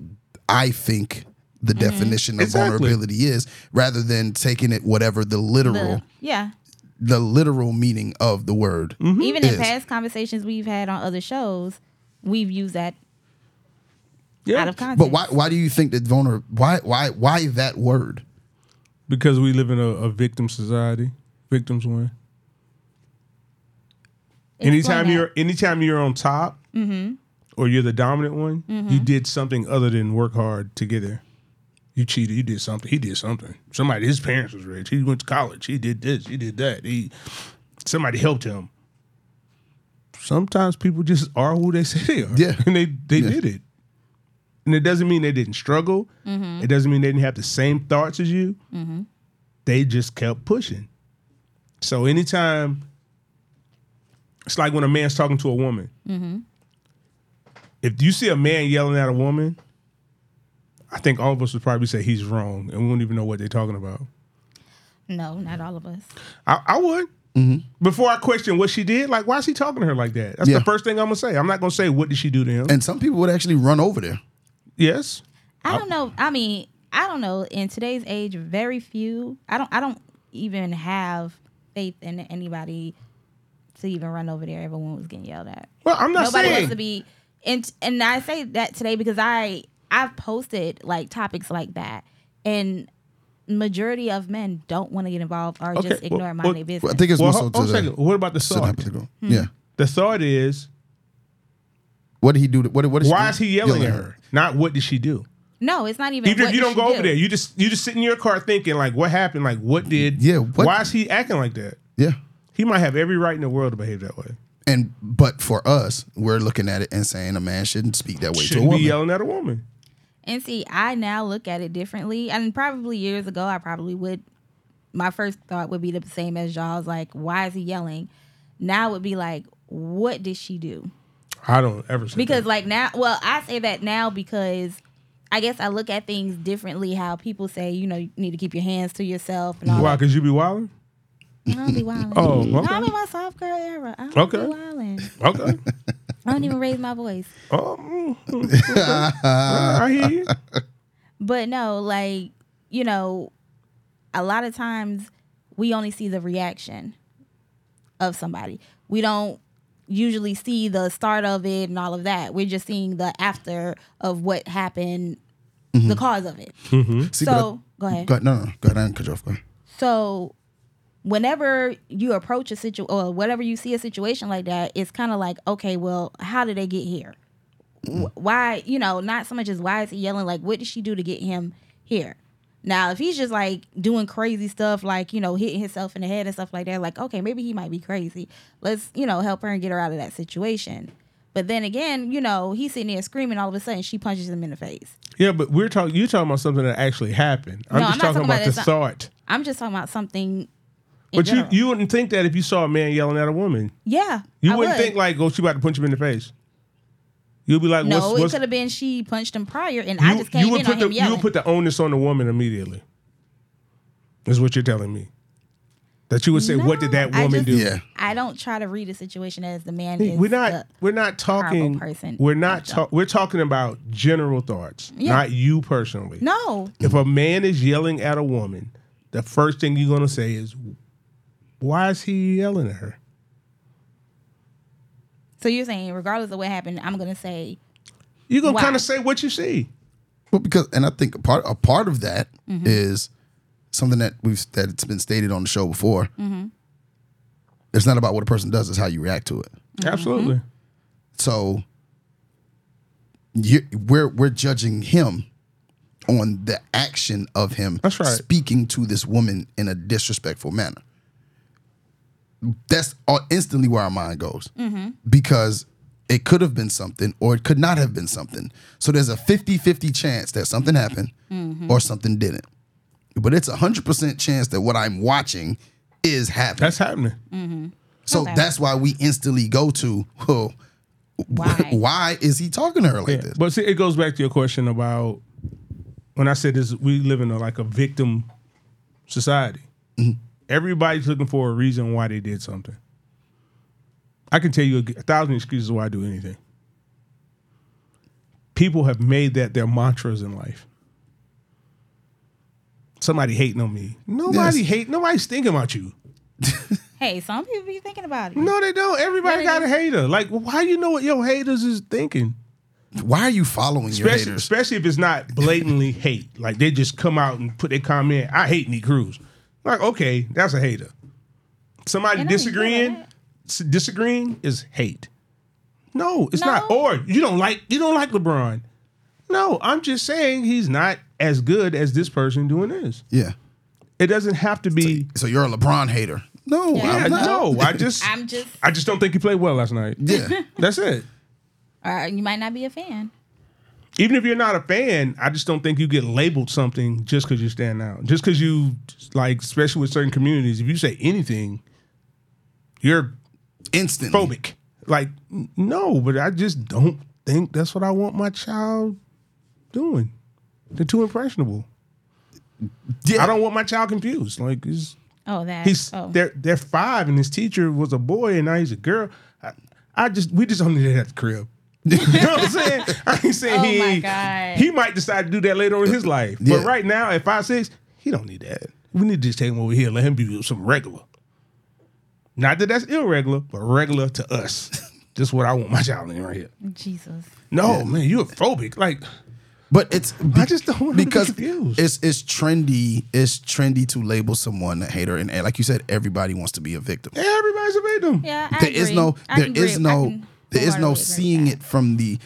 Speaker 3: I think the definition of
Speaker 2: Exactly.
Speaker 3: Oh, vulnerability is, rather than taking it whatever the literal
Speaker 1: The- yeah.
Speaker 3: the literal meaning of the word.
Speaker 2: Mm-hmm.
Speaker 1: Even
Speaker 3: Is.
Speaker 1: in past conversations we've had on other shows, we've used that
Speaker 2: Yeah.
Speaker 1: out of context.
Speaker 3: But why why do you think that vulner why why why that word?
Speaker 2: Because we live in a, a victim society. Victims win.
Speaker 1: Explain
Speaker 2: anytime
Speaker 1: that. Mm-hmm.
Speaker 2: you're anytime you're on top or you're the dominant one, you did something other than work hard to get there. You cheated. You did something. He did something. Somebody. His parents was rich. He went to college. He did this. He did that. He somebody helped him. Sometimes people just are who they say they are.
Speaker 3: Yeah.
Speaker 2: and they they
Speaker 3: Yeah.
Speaker 2: did it. And it doesn't mean they didn't struggle. It doesn't mean they didn't have the same thoughts as you. They just kept pushing. So anytime it's like when a man's talking to a woman. If you see a man yelling at a woman, I think all of us would probably say he's wrong, and we won't even know what they're talking about.
Speaker 1: No, not all of us.
Speaker 2: I, I would.
Speaker 3: Mm-hmm.
Speaker 2: Before I question what she did, like why is he talking to her like that? That's
Speaker 3: Yeah.
Speaker 2: the first thing I'm gonna say. I'm not gonna say what did she do to him.
Speaker 3: And some people would actually run over there.
Speaker 2: yes,
Speaker 1: I don't know. I mean, I don't know. In today's age, very few. I don't. I don't even have faith in anybody to even run over there. Everyone was getting yelled at.
Speaker 2: well I'm not
Speaker 1: Nobody
Speaker 2: saying.
Speaker 1: wants to be. And and I say that today because I I've posted like topics like that, and majority of men don't want to get involved or just
Speaker 2: Okay,
Speaker 1: ignore
Speaker 2: well-
Speaker 1: mind
Speaker 2: well-
Speaker 1: their
Speaker 3: Well,
Speaker 1: business.
Speaker 3: I think it's
Speaker 2: well,
Speaker 3: more so
Speaker 2: hold, hold
Speaker 3: to
Speaker 2: a second.
Speaker 3: the
Speaker 2: What about the
Speaker 3: to the
Speaker 2: thought?
Speaker 3: hypothetical. Yeah.
Speaker 2: The thought is
Speaker 3: What did he do? To, what, what
Speaker 2: why is he yelling at her? Not what did she do.
Speaker 1: no, it's not even.
Speaker 2: Even
Speaker 1: what
Speaker 2: if you don't
Speaker 1: should
Speaker 2: go
Speaker 1: do.
Speaker 2: over there, you just you just sit in your car thinking like, what happened? Like, what did?
Speaker 3: Yeah, what-
Speaker 2: Why is he acting like that?
Speaker 3: Yeah.
Speaker 2: He might have every right in the world to behave that way.
Speaker 3: And but for us, we're looking at it and saying a man shouldn't speak that way to a
Speaker 2: Shouldn't be
Speaker 3: woman.
Speaker 2: yelling at a woman.
Speaker 1: And see, I now look at it differently. And probably years ago, I probably would. My first thought would be the same as y'all's. Like, why is he yelling? Now it would be like, what did she do?
Speaker 2: I don't ever say
Speaker 1: Because
Speaker 2: that.
Speaker 1: like now, well, I say that now because I guess I look at things differently. How people say, you know, you need to keep your hands to yourself and all
Speaker 2: why?
Speaker 1: that.
Speaker 2: Because you be wilding.
Speaker 1: I'll be wilding.
Speaker 2: Oh,
Speaker 1: I'm
Speaker 2: okay.
Speaker 1: in my soft girl era. i
Speaker 2: Okay.
Speaker 1: be wilding.
Speaker 2: okay.
Speaker 1: I don't even raise my voice.
Speaker 2: Oh, mm, mm, okay. I hear you.
Speaker 1: But no, like, you know, a lot of times we only see the reaction of somebody. We don't usually see the start of it and all of that. We're just seeing the after of what happened, the cause of it.
Speaker 3: Mm-hmm. See, but I-
Speaker 1: So, go ahead.
Speaker 3: go ahead. No, no, no. Go ahead. I didn't cut you off. Go ahead.
Speaker 1: So, whenever you approach a situation or whenever you see a situation like that, it's kind of like, okay, well, how did they get here? Wh- Why, you know, not so much as why is he yelling? Like, what did she do to get him here? Now, if he's just like doing crazy stuff, like, you know, hitting himself in the head and stuff like that, like, okay, maybe he might be crazy. Let's, you know, help her and get her out of that situation. But then again, you know, he's sitting there screaming. All of a sudden, she punches him in the face.
Speaker 2: Yeah, but we're talking. You're talking about something that actually happened.
Speaker 1: No, I'm
Speaker 2: I'm just
Speaker 1: not
Speaker 2: talking,
Speaker 1: talking
Speaker 2: about,
Speaker 1: about
Speaker 2: the
Speaker 1: it's not-
Speaker 2: thought.
Speaker 1: I'm just talking about something. in
Speaker 2: But you
Speaker 1: general.
Speaker 2: you wouldn't think that if you saw a man yelling at a woman,
Speaker 1: yeah,
Speaker 2: you
Speaker 1: I
Speaker 2: wouldn't
Speaker 1: would.
Speaker 2: think like, oh, she about to punch him in the face. You'd be like,
Speaker 1: No,
Speaker 2: what's,
Speaker 1: it
Speaker 2: what's
Speaker 1: could have been she punched him prior, and
Speaker 2: you,
Speaker 1: I just came
Speaker 2: you would
Speaker 1: in
Speaker 2: put
Speaker 1: on
Speaker 2: the
Speaker 1: him
Speaker 2: you
Speaker 1: yelling.
Speaker 2: would put the onus on the woman immediately. Is what you're telling me. That you would say, what did that
Speaker 1: No, I
Speaker 2: woman
Speaker 1: just-
Speaker 2: do?
Speaker 3: Yeah.
Speaker 1: I don't try to read a situation as the man is.
Speaker 2: we're not
Speaker 1: the-
Speaker 2: we're not
Speaker 1: horrible
Speaker 2: talking
Speaker 1: person.
Speaker 2: we're not ta- we're talking about general thoughts
Speaker 1: Yeah.
Speaker 2: not you personally
Speaker 1: no,
Speaker 2: if a man is yelling at a woman the first thing you're going to say is why is he yelling at her
Speaker 1: so you're saying regardless of what happened, I'm gonna say
Speaker 2: you're going to
Speaker 1: Why?
Speaker 2: kind of say what you see
Speaker 3: Well, because and I think a part a part of that is something that we've that's been stated on the show before. It's not about what a person does; it's how you react to it.
Speaker 2: absolutely
Speaker 3: So you, we're we're judging him on the action of him
Speaker 2: That's right.
Speaker 3: speaking to this woman in a disrespectful manner. That's all, instantly where our mind goes because it could have been something or it could not have been something. So there's a 50 50 chance that something happened or something didn't. But it's a 100% chance that what I'm watching is happening.
Speaker 2: that's happening
Speaker 3: So
Speaker 1: Okay.
Speaker 3: that's why we instantly go to, well,
Speaker 1: Why?
Speaker 3: why is he talking to her like
Speaker 2: Yeah.
Speaker 3: this?
Speaker 2: But see, it goes back to your question about when I said this, we live in a, like a victim society.
Speaker 3: Mm-hmm.
Speaker 2: Everybody's looking for a reason why they did something. I can tell you a, a thousand excuses why I do anything. People have made that their mantras in life. Somebody hating on me. Nobody
Speaker 3: Yes.
Speaker 2: hate. Nobody's thinking about you.
Speaker 1: Hey, some people be thinking about it.
Speaker 2: No, they don't. Everybody
Speaker 1: they
Speaker 2: got a
Speaker 1: don't.
Speaker 2: hater. Like, why you know what your haters is thinking?
Speaker 3: Why are you following your
Speaker 2: Especially,
Speaker 3: haters?
Speaker 2: especially if it's not blatantly hate. Like they just come out and put their comment. I hate Nick Cruz. Like, okay, that's a hater. Somebody
Speaker 1: And I ain't
Speaker 2: disagreeing,
Speaker 1: doing
Speaker 2: s- disagreeing is hate. No, it's not.
Speaker 1: No.
Speaker 2: Or you don't like you don't like LeBron. No, I'm just saying he's not as good as this person doing this.
Speaker 3: Yeah.
Speaker 2: It doesn't have to be.
Speaker 3: So you're a LeBron hater? No,
Speaker 1: Yeah,
Speaker 2: Yeah,
Speaker 3: I'm not.
Speaker 2: no, I just
Speaker 1: I'm just,
Speaker 2: I just don't think he played well last night.
Speaker 3: Yeah.
Speaker 2: That's it.
Speaker 1: or uh, you might not be a fan.
Speaker 2: even if you're not a fan, I just don't think you get labeled something just because you stand out. Just because you like, especially with certain communities, if you say anything, you're
Speaker 3: Instantly.
Speaker 2: phobic. Like, n- no, but I just don't think that's what I want my child doing. They're too impressionable.
Speaker 3: Yeah.
Speaker 2: I don't want my child confused. Like, it's,
Speaker 1: Oh, that.
Speaker 2: he's
Speaker 1: oh.
Speaker 2: they're they're five, and his teacher was a boy, and now he's a girl. I, I just we just only did that at the crib. you know what I'm saying? I ain't saying
Speaker 1: Oh
Speaker 2: he
Speaker 1: my
Speaker 2: ain't-
Speaker 1: God.
Speaker 2: he might decide to do that later on in his life.
Speaker 3: Yeah.
Speaker 2: But right now, at five six, he don't need that. We need to just take him over here, and let him be some regular. Not that that's irregular, but regular to us. Just what I want my child in right here.
Speaker 1: Jesus.
Speaker 2: No, man, you a phobic. Like
Speaker 3: But it's
Speaker 2: I just don't want him to be
Speaker 3: because
Speaker 2: confused.
Speaker 3: it's it's trendy. It's trendy to label someone a hater, and eh, like you said, everybody wants to be a victim.
Speaker 2: everybody's a victim.
Speaker 1: Yeah, I
Speaker 3: There is
Speaker 1: agree.
Speaker 3: no,
Speaker 1: I
Speaker 3: there
Speaker 1: can
Speaker 3: is
Speaker 1: agree- I
Speaker 3: no,
Speaker 1: can
Speaker 3: there is no
Speaker 1: wholeheartedly agree with
Speaker 3: seeing
Speaker 1: that.
Speaker 3: it from the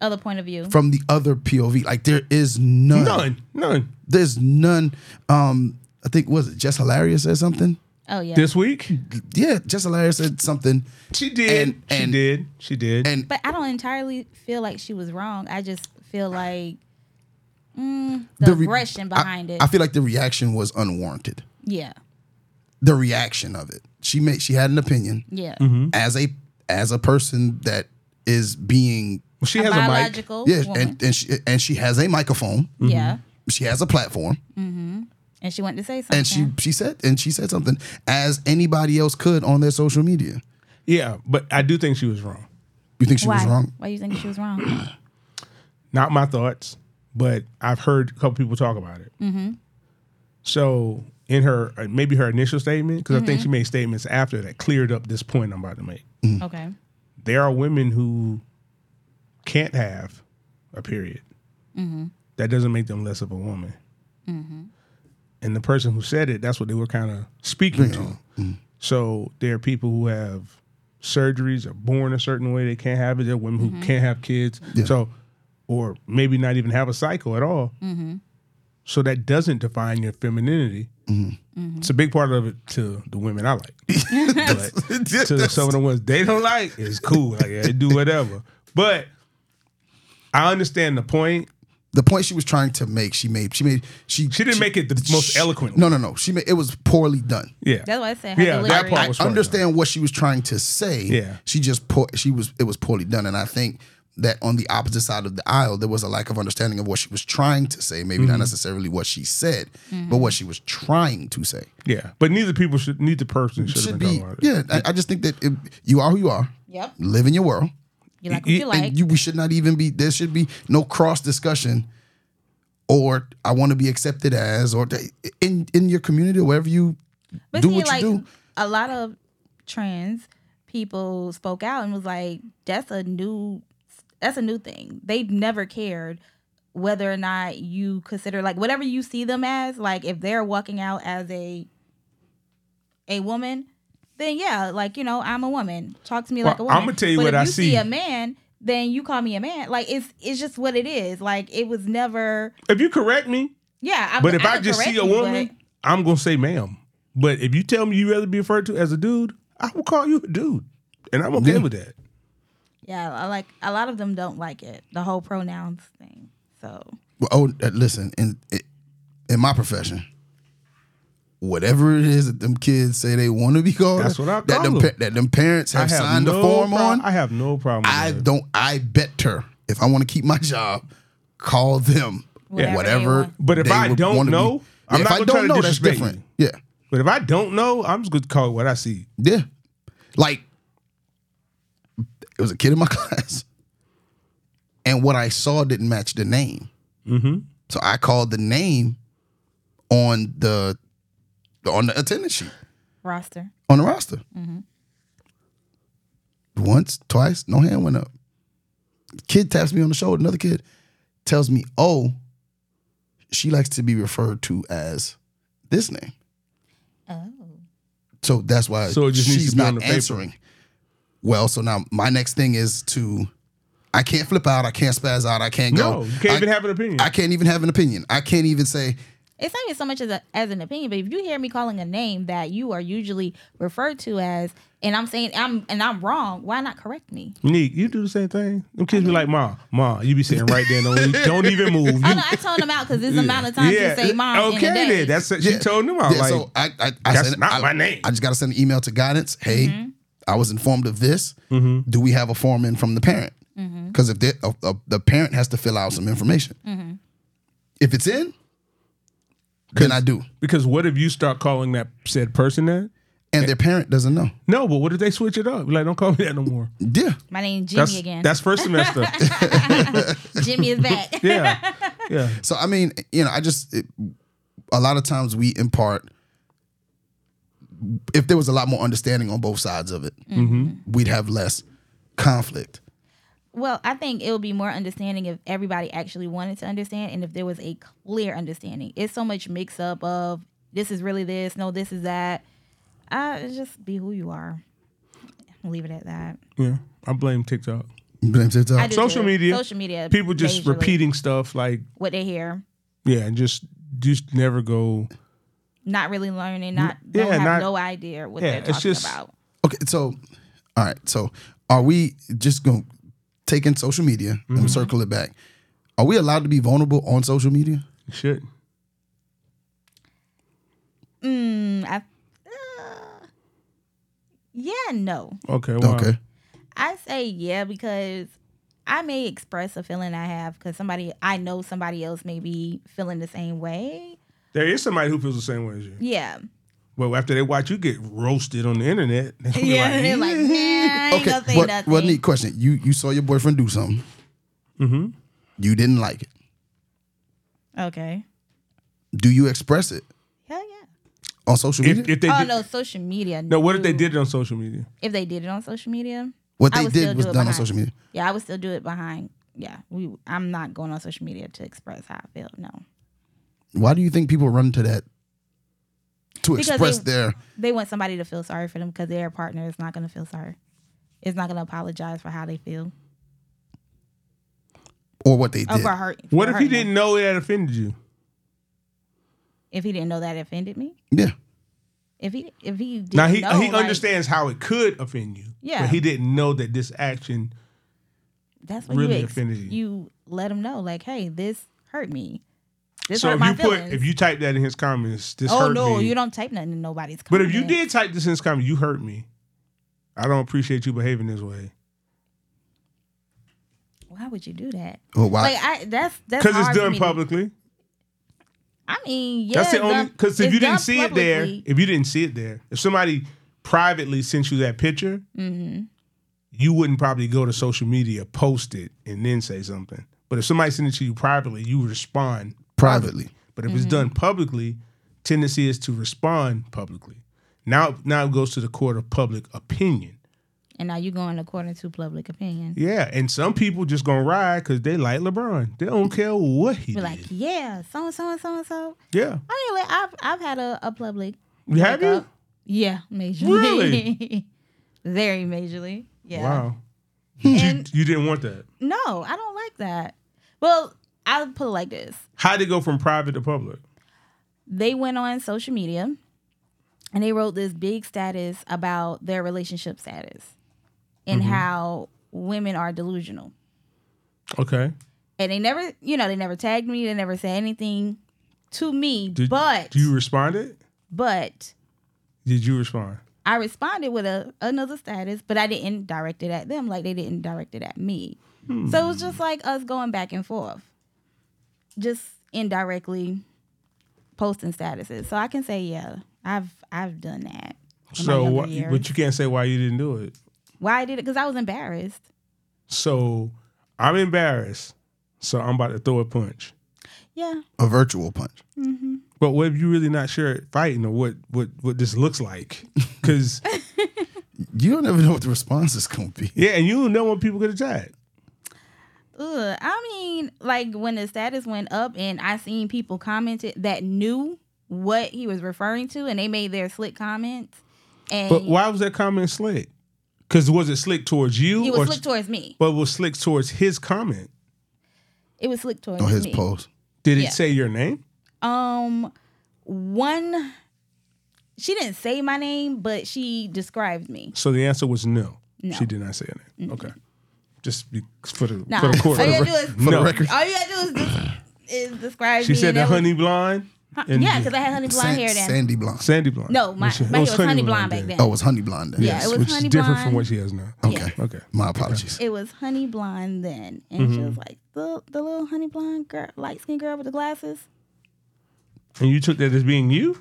Speaker 1: Other point of view.
Speaker 3: from the other POV. Like there is none.
Speaker 2: None, none.
Speaker 3: There's none. Um, I think was it Jess Hilarious said something.
Speaker 1: oh yeah.
Speaker 2: This week,
Speaker 3: Yeah, Jess Hilarious said something.
Speaker 2: she did,
Speaker 3: And- and-
Speaker 2: she did, she did.
Speaker 3: and-
Speaker 1: But I don't entirely feel like she was wrong. I just feel like mm, the,
Speaker 3: re-
Speaker 1: aggression
Speaker 3: I-
Speaker 1: behind it.
Speaker 3: I feel like the reaction was unwarranted.
Speaker 1: yeah,
Speaker 3: The reaction of it. She made. She had an opinion.
Speaker 1: yeah.
Speaker 2: Mm-hmm.
Speaker 3: as a as a person that is being
Speaker 2: Well, she
Speaker 1: A
Speaker 2: has a mic.
Speaker 1: biological
Speaker 3: yeah
Speaker 1: woman.
Speaker 3: and, Mm-hmm. and she and she has a microphone
Speaker 1: yeah,
Speaker 3: she has a platform
Speaker 1: and she wanted to say something.
Speaker 3: and she she said and she said something as anybody else could on their social media
Speaker 2: Yeah, but I do think she was wrong.
Speaker 3: you think she
Speaker 1: Why?
Speaker 3: was wrong
Speaker 1: Why you think she was wrong?
Speaker 2: Not my thoughts, but I've heard a couple people talk about it. Mm-hmm. So in her uh, maybe her initial statement, because I think she made statements after that cleared up this point I'm about to make.
Speaker 1: okay.
Speaker 2: There are women who can't have a period. That doesn't make them less of a woman. And the person who said it, that's what they were kind of speaking to. So there are people who have surgeries are born a certain way they can't have it. There are women who can't have kids. So, or maybe not even have a cycle at all. So that doesn't define your femininity. It's a big part of it to the women I like. but to some of the ones they don't like, it's cool. Like they do whatever. But I understand the point.
Speaker 3: the point she was trying to make she made she made she
Speaker 2: She didn't make it the most eloquent.
Speaker 3: no no no she made it was poorly done
Speaker 2: Yeah.
Speaker 1: That's why I said her
Speaker 2: Yeah, that
Speaker 1: delivery.
Speaker 2: part
Speaker 3: I
Speaker 2: was-
Speaker 3: understand what she was trying to say.
Speaker 2: Yeah.
Speaker 3: She just poor, she was it was poorly done, and I think that on the opposite side of the aisle there was a lack of understanding of what she was trying to say. Maybe
Speaker 2: Mm-hmm.
Speaker 3: not necessarily what she said,
Speaker 1: Mm-hmm.
Speaker 3: but what she was trying to say
Speaker 2: Yeah. But neither people should neither person should,
Speaker 3: should
Speaker 2: have
Speaker 3: be.
Speaker 2: been talking about
Speaker 3: Yeah, I, I just think that if you are who you are.
Speaker 1: Yep.
Speaker 3: Live in your world.
Speaker 1: You like what you like.
Speaker 3: And you, we should not even be. There should be no cross discussion, or I want to be accepted as, or th- in in your community, or wherever you
Speaker 1: But
Speaker 3: do
Speaker 1: see,
Speaker 3: what
Speaker 1: like
Speaker 3: you do.
Speaker 1: a lot of trans people spoke out and was like, "That's a new, that's a new thing." They never cared whether or not you consider like whatever you see them as. Like if they're walking out as a a woman, then yeah, like you know, I'm a woman. Talk to me like a
Speaker 2: Well,
Speaker 1: woman.
Speaker 2: I'ma tell you
Speaker 1: But
Speaker 2: what
Speaker 1: if
Speaker 2: I
Speaker 1: you see.
Speaker 2: see.
Speaker 1: A man. Then you call me a man. Like it's it's just what it is. Like it was never.
Speaker 2: it. If you correct me,
Speaker 1: Yeah. I'm,
Speaker 2: But if I
Speaker 1: can
Speaker 2: just see
Speaker 1: correct
Speaker 2: a
Speaker 1: you, but-
Speaker 2: woman, I'm gonna say ma'am. But if you tell me you rather be referred to as a dude, I will call you a dude, and I'm okay
Speaker 3: Yeah.
Speaker 2: with that.
Speaker 1: Yeah, I like a lot of them don't like it, the whole pronouns thing. So
Speaker 3: Well, oh, uh, listen, in in my profession, whatever it is that them kids say they want to be called,
Speaker 2: That's what I
Speaker 3: that
Speaker 2: call
Speaker 3: them,
Speaker 2: them.
Speaker 3: pa- that them parents have, signed the form
Speaker 2: pro-
Speaker 3: on.
Speaker 2: I
Speaker 3: I,
Speaker 2: have no problem. With that.
Speaker 3: don't. I better if I want to keep my job, call them
Speaker 1: Whatever they
Speaker 3: whatever.
Speaker 1: want.
Speaker 2: But if
Speaker 3: they
Speaker 2: I
Speaker 3: would
Speaker 2: don't
Speaker 3: wanna be.
Speaker 2: know, I'm
Speaker 3: if
Speaker 2: not
Speaker 3: I
Speaker 2: gonna
Speaker 3: don't
Speaker 2: try to
Speaker 3: know, that's
Speaker 2: disrespect
Speaker 3: different. Yeah,
Speaker 2: But if I don't know, I'm just gonna call it what I see.
Speaker 3: yeah. Like it was a kid in my class, and what I saw didn't match the name.
Speaker 2: Mm-hmm.
Speaker 3: So I called the name on the on the attendance sheet.
Speaker 1: roster.
Speaker 3: on the roster. Once, twice, no hand went up. Kid taps me on the shoulder. Another kid tells me, "Oh, she likes to be referred to as this name."
Speaker 1: Oh.
Speaker 3: So that's why
Speaker 2: So it just
Speaker 3: she's
Speaker 2: needs to be
Speaker 3: not
Speaker 2: on the paper.
Speaker 3: answering. Well, so now my next thing is to, I can't flip out. I can't spaz out. I can't go.
Speaker 2: No, you can't
Speaker 3: I,
Speaker 2: even have an opinion.
Speaker 3: I can't even have an opinion. I can't even say
Speaker 1: It's not even so much as, a, as an opinion, but if you hear me calling a name that you are usually referred to as, and I'm saying I'm and I'm wrong, why not correct me?
Speaker 2: Neek, you do the same thing. Them kids be like, "Ma, ma," you be sitting right there. Don't, don't even move.
Speaker 1: Oh
Speaker 2: You-
Speaker 1: no, I told him out because this amount of time you say mom.
Speaker 2: Okay,
Speaker 1: in a day.
Speaker 2: then that's it. she
Speaker 3: Yeah.
Speaker 2: told them out.
Speaker 3: Yeah,
Speaker 2: like,
Speaker 3: so I, I, I
Speaker 2: that's
Speaker 3: sent-
Speaker 2: not
Speaker 3: I-
Speaker 2: my name.
Speaker 3: I just got to send an email to guidance. Hey, I was informed of this.
Speaker 2: Mm-hmm.
Speaker 3: Do we have a form in from the parent? Because if they- a, a, the parent has to fill out some information, if it's in, then I do.
Speaker 2: because what if you start calling that said person that? eh
Speaker 3: And their parent doesn't know.
Speaker 2: No, but what if they switch it up? Like, don't call me that no more.
Speaker 3: Yeah,
Speaker 1: My name Jimmy
Speaker 2: That's
Speaker 1: again.
Speaker 2: that's first semester.
Speaker 1: Jimmy is back.
Speaker 2: yeah, yeah.
Speaker 3: So I mean, you know, I just it, a lot of times we impart. If there was a lot more understanding on both sides of it,
Speaker 1: Mm-hmm.
Speaker 2: Mm-hmm.
Speaker 3: we'd have less conflict.
Speaker 1: Well, I think it would be more understanding if everybody actually wanted to understand and if there was a clear understanding. It's so much mix up of this is really this, no, this is that. Uh, it's just be who you are. Leave it at that.
Speaker 2: Yeah, I blame TikTok.
Speaker 3: You blame TikTok?
Speaker 1: I do
Speaker 2: Social
Speaker 1: too.
Speaker 2: media.
Speaker 1: Social media.
Speaker 2: People just
Speaker 1: majorly,
Speaker 2: repeating stuff like,
Speaker 1: what they hear.
Speaker 2: yeah, and just just never go.
Speaker 1: Not really learning. Not
Speaker 2: yeah,
Speaker 1: don't have
Speaker 2: not-
Speaker 1: no idea what
Speaker 2: yeah,
Speaker 1: they're
Speaker 2: it's
Speaker 1: talking
Speaker 2: just-
Speaker 1: about.
Speaker 3: Okay, so all right, so are we just gonna take in social media
Speaker 2: Mm-hmm.
Speaker 3: and circle it back? Are we allowed to be vulnerable on social media?
Speaker 2: Shit.
Speaker 1: Mm, I, uh, yeah, no.
Speaker 2: Okay. Wow.
Speaker 3: Okay,
Speaker 1: I say yeah because I may express a feeling I have because somebody I know somebody else may be feeling the same way.
Speaker 2: There is somebody who feels the same way as you.
Speaker 1: Yeah,
Speaker 2: Well, after they watch you get roasted on the internet, they be
Speaker 1: yeah.
Speaker 2: like,
Speaker 1: They're like, nah, I ain't gonna say
Speaker 3: What,
Speaker 1: nothing.
Speaker 3: what neat question? You you saw your boyfriend do something.
Speaker 2: Mm-hmm.
Speaker 3: You didn't like it.
Speaker 1: okay.
Speaker 3: Do you express it
Speaker 1: Hell yeah.
Speaker 3: on social media?
Speaker 2: if, if they
Speaker 1: oh
Speaker 2: did,
Speaker 1: no, social media.
Speaker 2: no, what if they
Speaker 1: no.
Speaker 2: did it on social media?
Speaker 1: If they did it on social media,
Speaker 3: what
Speaker 1: I
Speaker 3: they
Speaker 1: would
Speaker 3: did
Speaker 1: still
Speaker 3: was
Speaker 1: do it
Speaker 3: done on
Speaker 1: behind.
Speaker 3: social media.
Speaker 1: yeah, I would still do it behind. Yeah, we. I'm not going on social media to express how I feel. No,
Speaker 3: Why do you think people run to that to
Speaker 1: Because
Speaker 3: express
Speaker 1: they-
Speaker 3: their?
Speaker 1: they want somebody to feel sorry for them because their partner is not going to feel sorry. Is not going to apologize for how they feel
Speaker 3: or what they
Speaker 1: or
Speaker 3: did.
Speaker 1: for hurt. for
Speaker 2: What if he
Speaker 1: hurting them.
Speaker 2: didn't know that offended you?
Speaker 1: If he didn't know that offended me.
Speaker 3: Yeah.
Speaker 1: If he if he didn't
Speaker 2: Now he
Speaker 1: know,
Speaker 2: he
Speaker 1: like,
Speaker 2: understands how it could offend you.
Speaker 1: Yeah.
Speaker 2: But he didn't know that this action
Speaker 1: that's when
Speaker 2: really
Speaker 1: you, ex-
Speaker 2: offended you.
Speaker 1: you let him know like hey this hurt me this
Speaker 2: so
Speaker 1: hurt
Speaker 2: if
Speaker 1: my
Speaker 2: you
Speaker 1: feelings
Speaker 2: put if you type that in his comments, this
Speaker 1: oh
Speaker 2: hurt
Speaker 1: no
Speaker 2: me.
Speaker 1: you don't type nothing in nobody's
Speaker 2: but
Speaker 1: comment.
Speaker 2: if you did type this in his comments, you hurt me. I don't appreciate you behaving this way.
Speaker 1: why would you do that
Speaker 3: Well, why?
Speaker 1: like I that's that's
Speaker 2: Because
Speaker 1: because
Speaker 2: it's done publicly.
Speaker 1: I mean yeah
Speaker 2: That's the
Speaker 1: it's
Speaker 2: only
Speaker 1: done-
Speaker 2: because if
Speaker 1: it's
Speaker 2: you didn't
Speaker 1: done
Speaker 2: see it
Speaker 1: publicly.
Speaker 2: there, if you didn't see it there, if somebody privately sent you that picture,
Speaker 1: Mm-hmm.
Speaker 2: you wouldn't probably go to social media, post it, and then say something. But if somebody sent it to you privately, you respond
Speaker 3: privately.
Speaker 2: But if it's done
Speaker 1: Mm-hmm.
Speaker 2: publicly, tendency is to respond publicly. Now, now it goes to the court of public opinion.
Speaker 1: and now you're going according to public opinion
Speaker 2: Yeah, and some people just gonna ride because they like LeBron. They don't care what he
Speaker 1: you're
Speaker 2: did.
Speaker 1: like yeah so and so and so and so
Speaker 2: yeah,
Speaker 1: I mean like I've I've had a, a public
Speaker 2: you have you?
Speaker 1: breakup. yeah majorly
Speaker 2: Really?
Speaker 1: very majorly yeah
Speaker 2: Wow,
Speaker 1: and
Speaker 2: you didn't want that.
Speaker 1: No, I don't like that. Well, I'll put it like this.
Speaker 2: How'd it go from private to public?
Speaker 1: They went on social media and they wrote this big status about their relationship status and
Speaker 2: Mm-hmm.
Speaker 1: how women are delusional.
Speaker 2: Okay,
Speaker 1: And they never, you know, they never tagged me, they never said anything to me,
Speaker 2: Did-
Speaker 1: but
Speaker 2: do you respond it?
Speaker 1: but
Speaker 2: Did you respond?
Speaker 1: I responded with a another status, but I didn't direct it at them like they didn't direct it at me.
Speaker 2: Hmm.
Speaker 1: So it was just like us going back and forth, just indirectly posting statuses. So I can say, yeah, I've I've done that. in my
Speaker 2: so,
Speaker 1: younger
Speaker 2: why-
Speaker 1: years.
Speaker 2: but you can't say why you didn't do it.
Speaker 1: why I did it? Because I was embarrassed.
Speaker 2: So, I'm embarrassed. So I'm about to throw a punch.
Speaker 1: Yeah.
Speaker 3: A virtual punch.
Speaker 2: But what if you really not sure fighting or what what what this looks like? Because
Speaker 3: You don't ever know what the response is going to be.
Speaker 2: yeah, and you don't know when people get attacked.
Speaker 1: Ugh, I mean, like when the status went up and I seen people commented that knew what he was referring to and they made their slick comments and
Speaker 2: But why was that comment slick? Because was it slick towards you?
Speaker 1: it was
Speaker 2: or,
Speaker 1: slick towards me.
Speaker 2: But was slick towards his comment?
Speaker 1: It was slick towards
Speaker 3: On his
Speaker 1: me.
Speaker 3: post.
Speaker 2: Did it
Speaker 1: Yeah.
Speaker 2: say your name?
Speaker 1: Um, one, she didn't say my name, but she described me.
Speaker 2: So the answer was no.
Speaker 1: No.
Speaker 2: She did not say your name. Okay. Just be, for the
Speaker 1: Nah.
Speaker 2: for the court.
Speaker 1: All you gotta do is,
Speaker 2: no.
Speaker 3: the record.
Speaker 1: all you gotta do is, des- is describe
Speaker 2: She
Speaker 1: me.
Speaker 2: said
Speaker 1: and
Speaker 2: the
Speaker 1: that was-
Speaker 2: honey blonde. and
Speaker 1: yeah, because I had honey blonde
Speaker 3: San-
Speaker 1: hair then.
Speaker 3: Sandy blonde.
Speaker 2: Sandy blonde.
Speaker 1: No, my, my
Speaker 2: Which-
Speaker 1: hair
Speaker 2: it
Speaker 1: was honey blonde back
Speaker 2: then.
Speaker 1: then.
Speaker 3: Oh, it was honey blonde then.
Speaker 1: Yeah, it was
Speaker 2: which
Speaker 1: honey
Speaker 2: is different from
Speaker 1: blonde.
Speaker 2: what she has now. Oh,
Speaker 3: Okay.
Speaker 2: Okay.
Speaker 3: My apologies.
Speaker 1: It was honey blonde then, and she
Speaker 2: Mm-hmm.
Speaker 1: was like the the little honey blonde girl, light skinned girl with the glasses.
Speaker 2: And you took that as being you?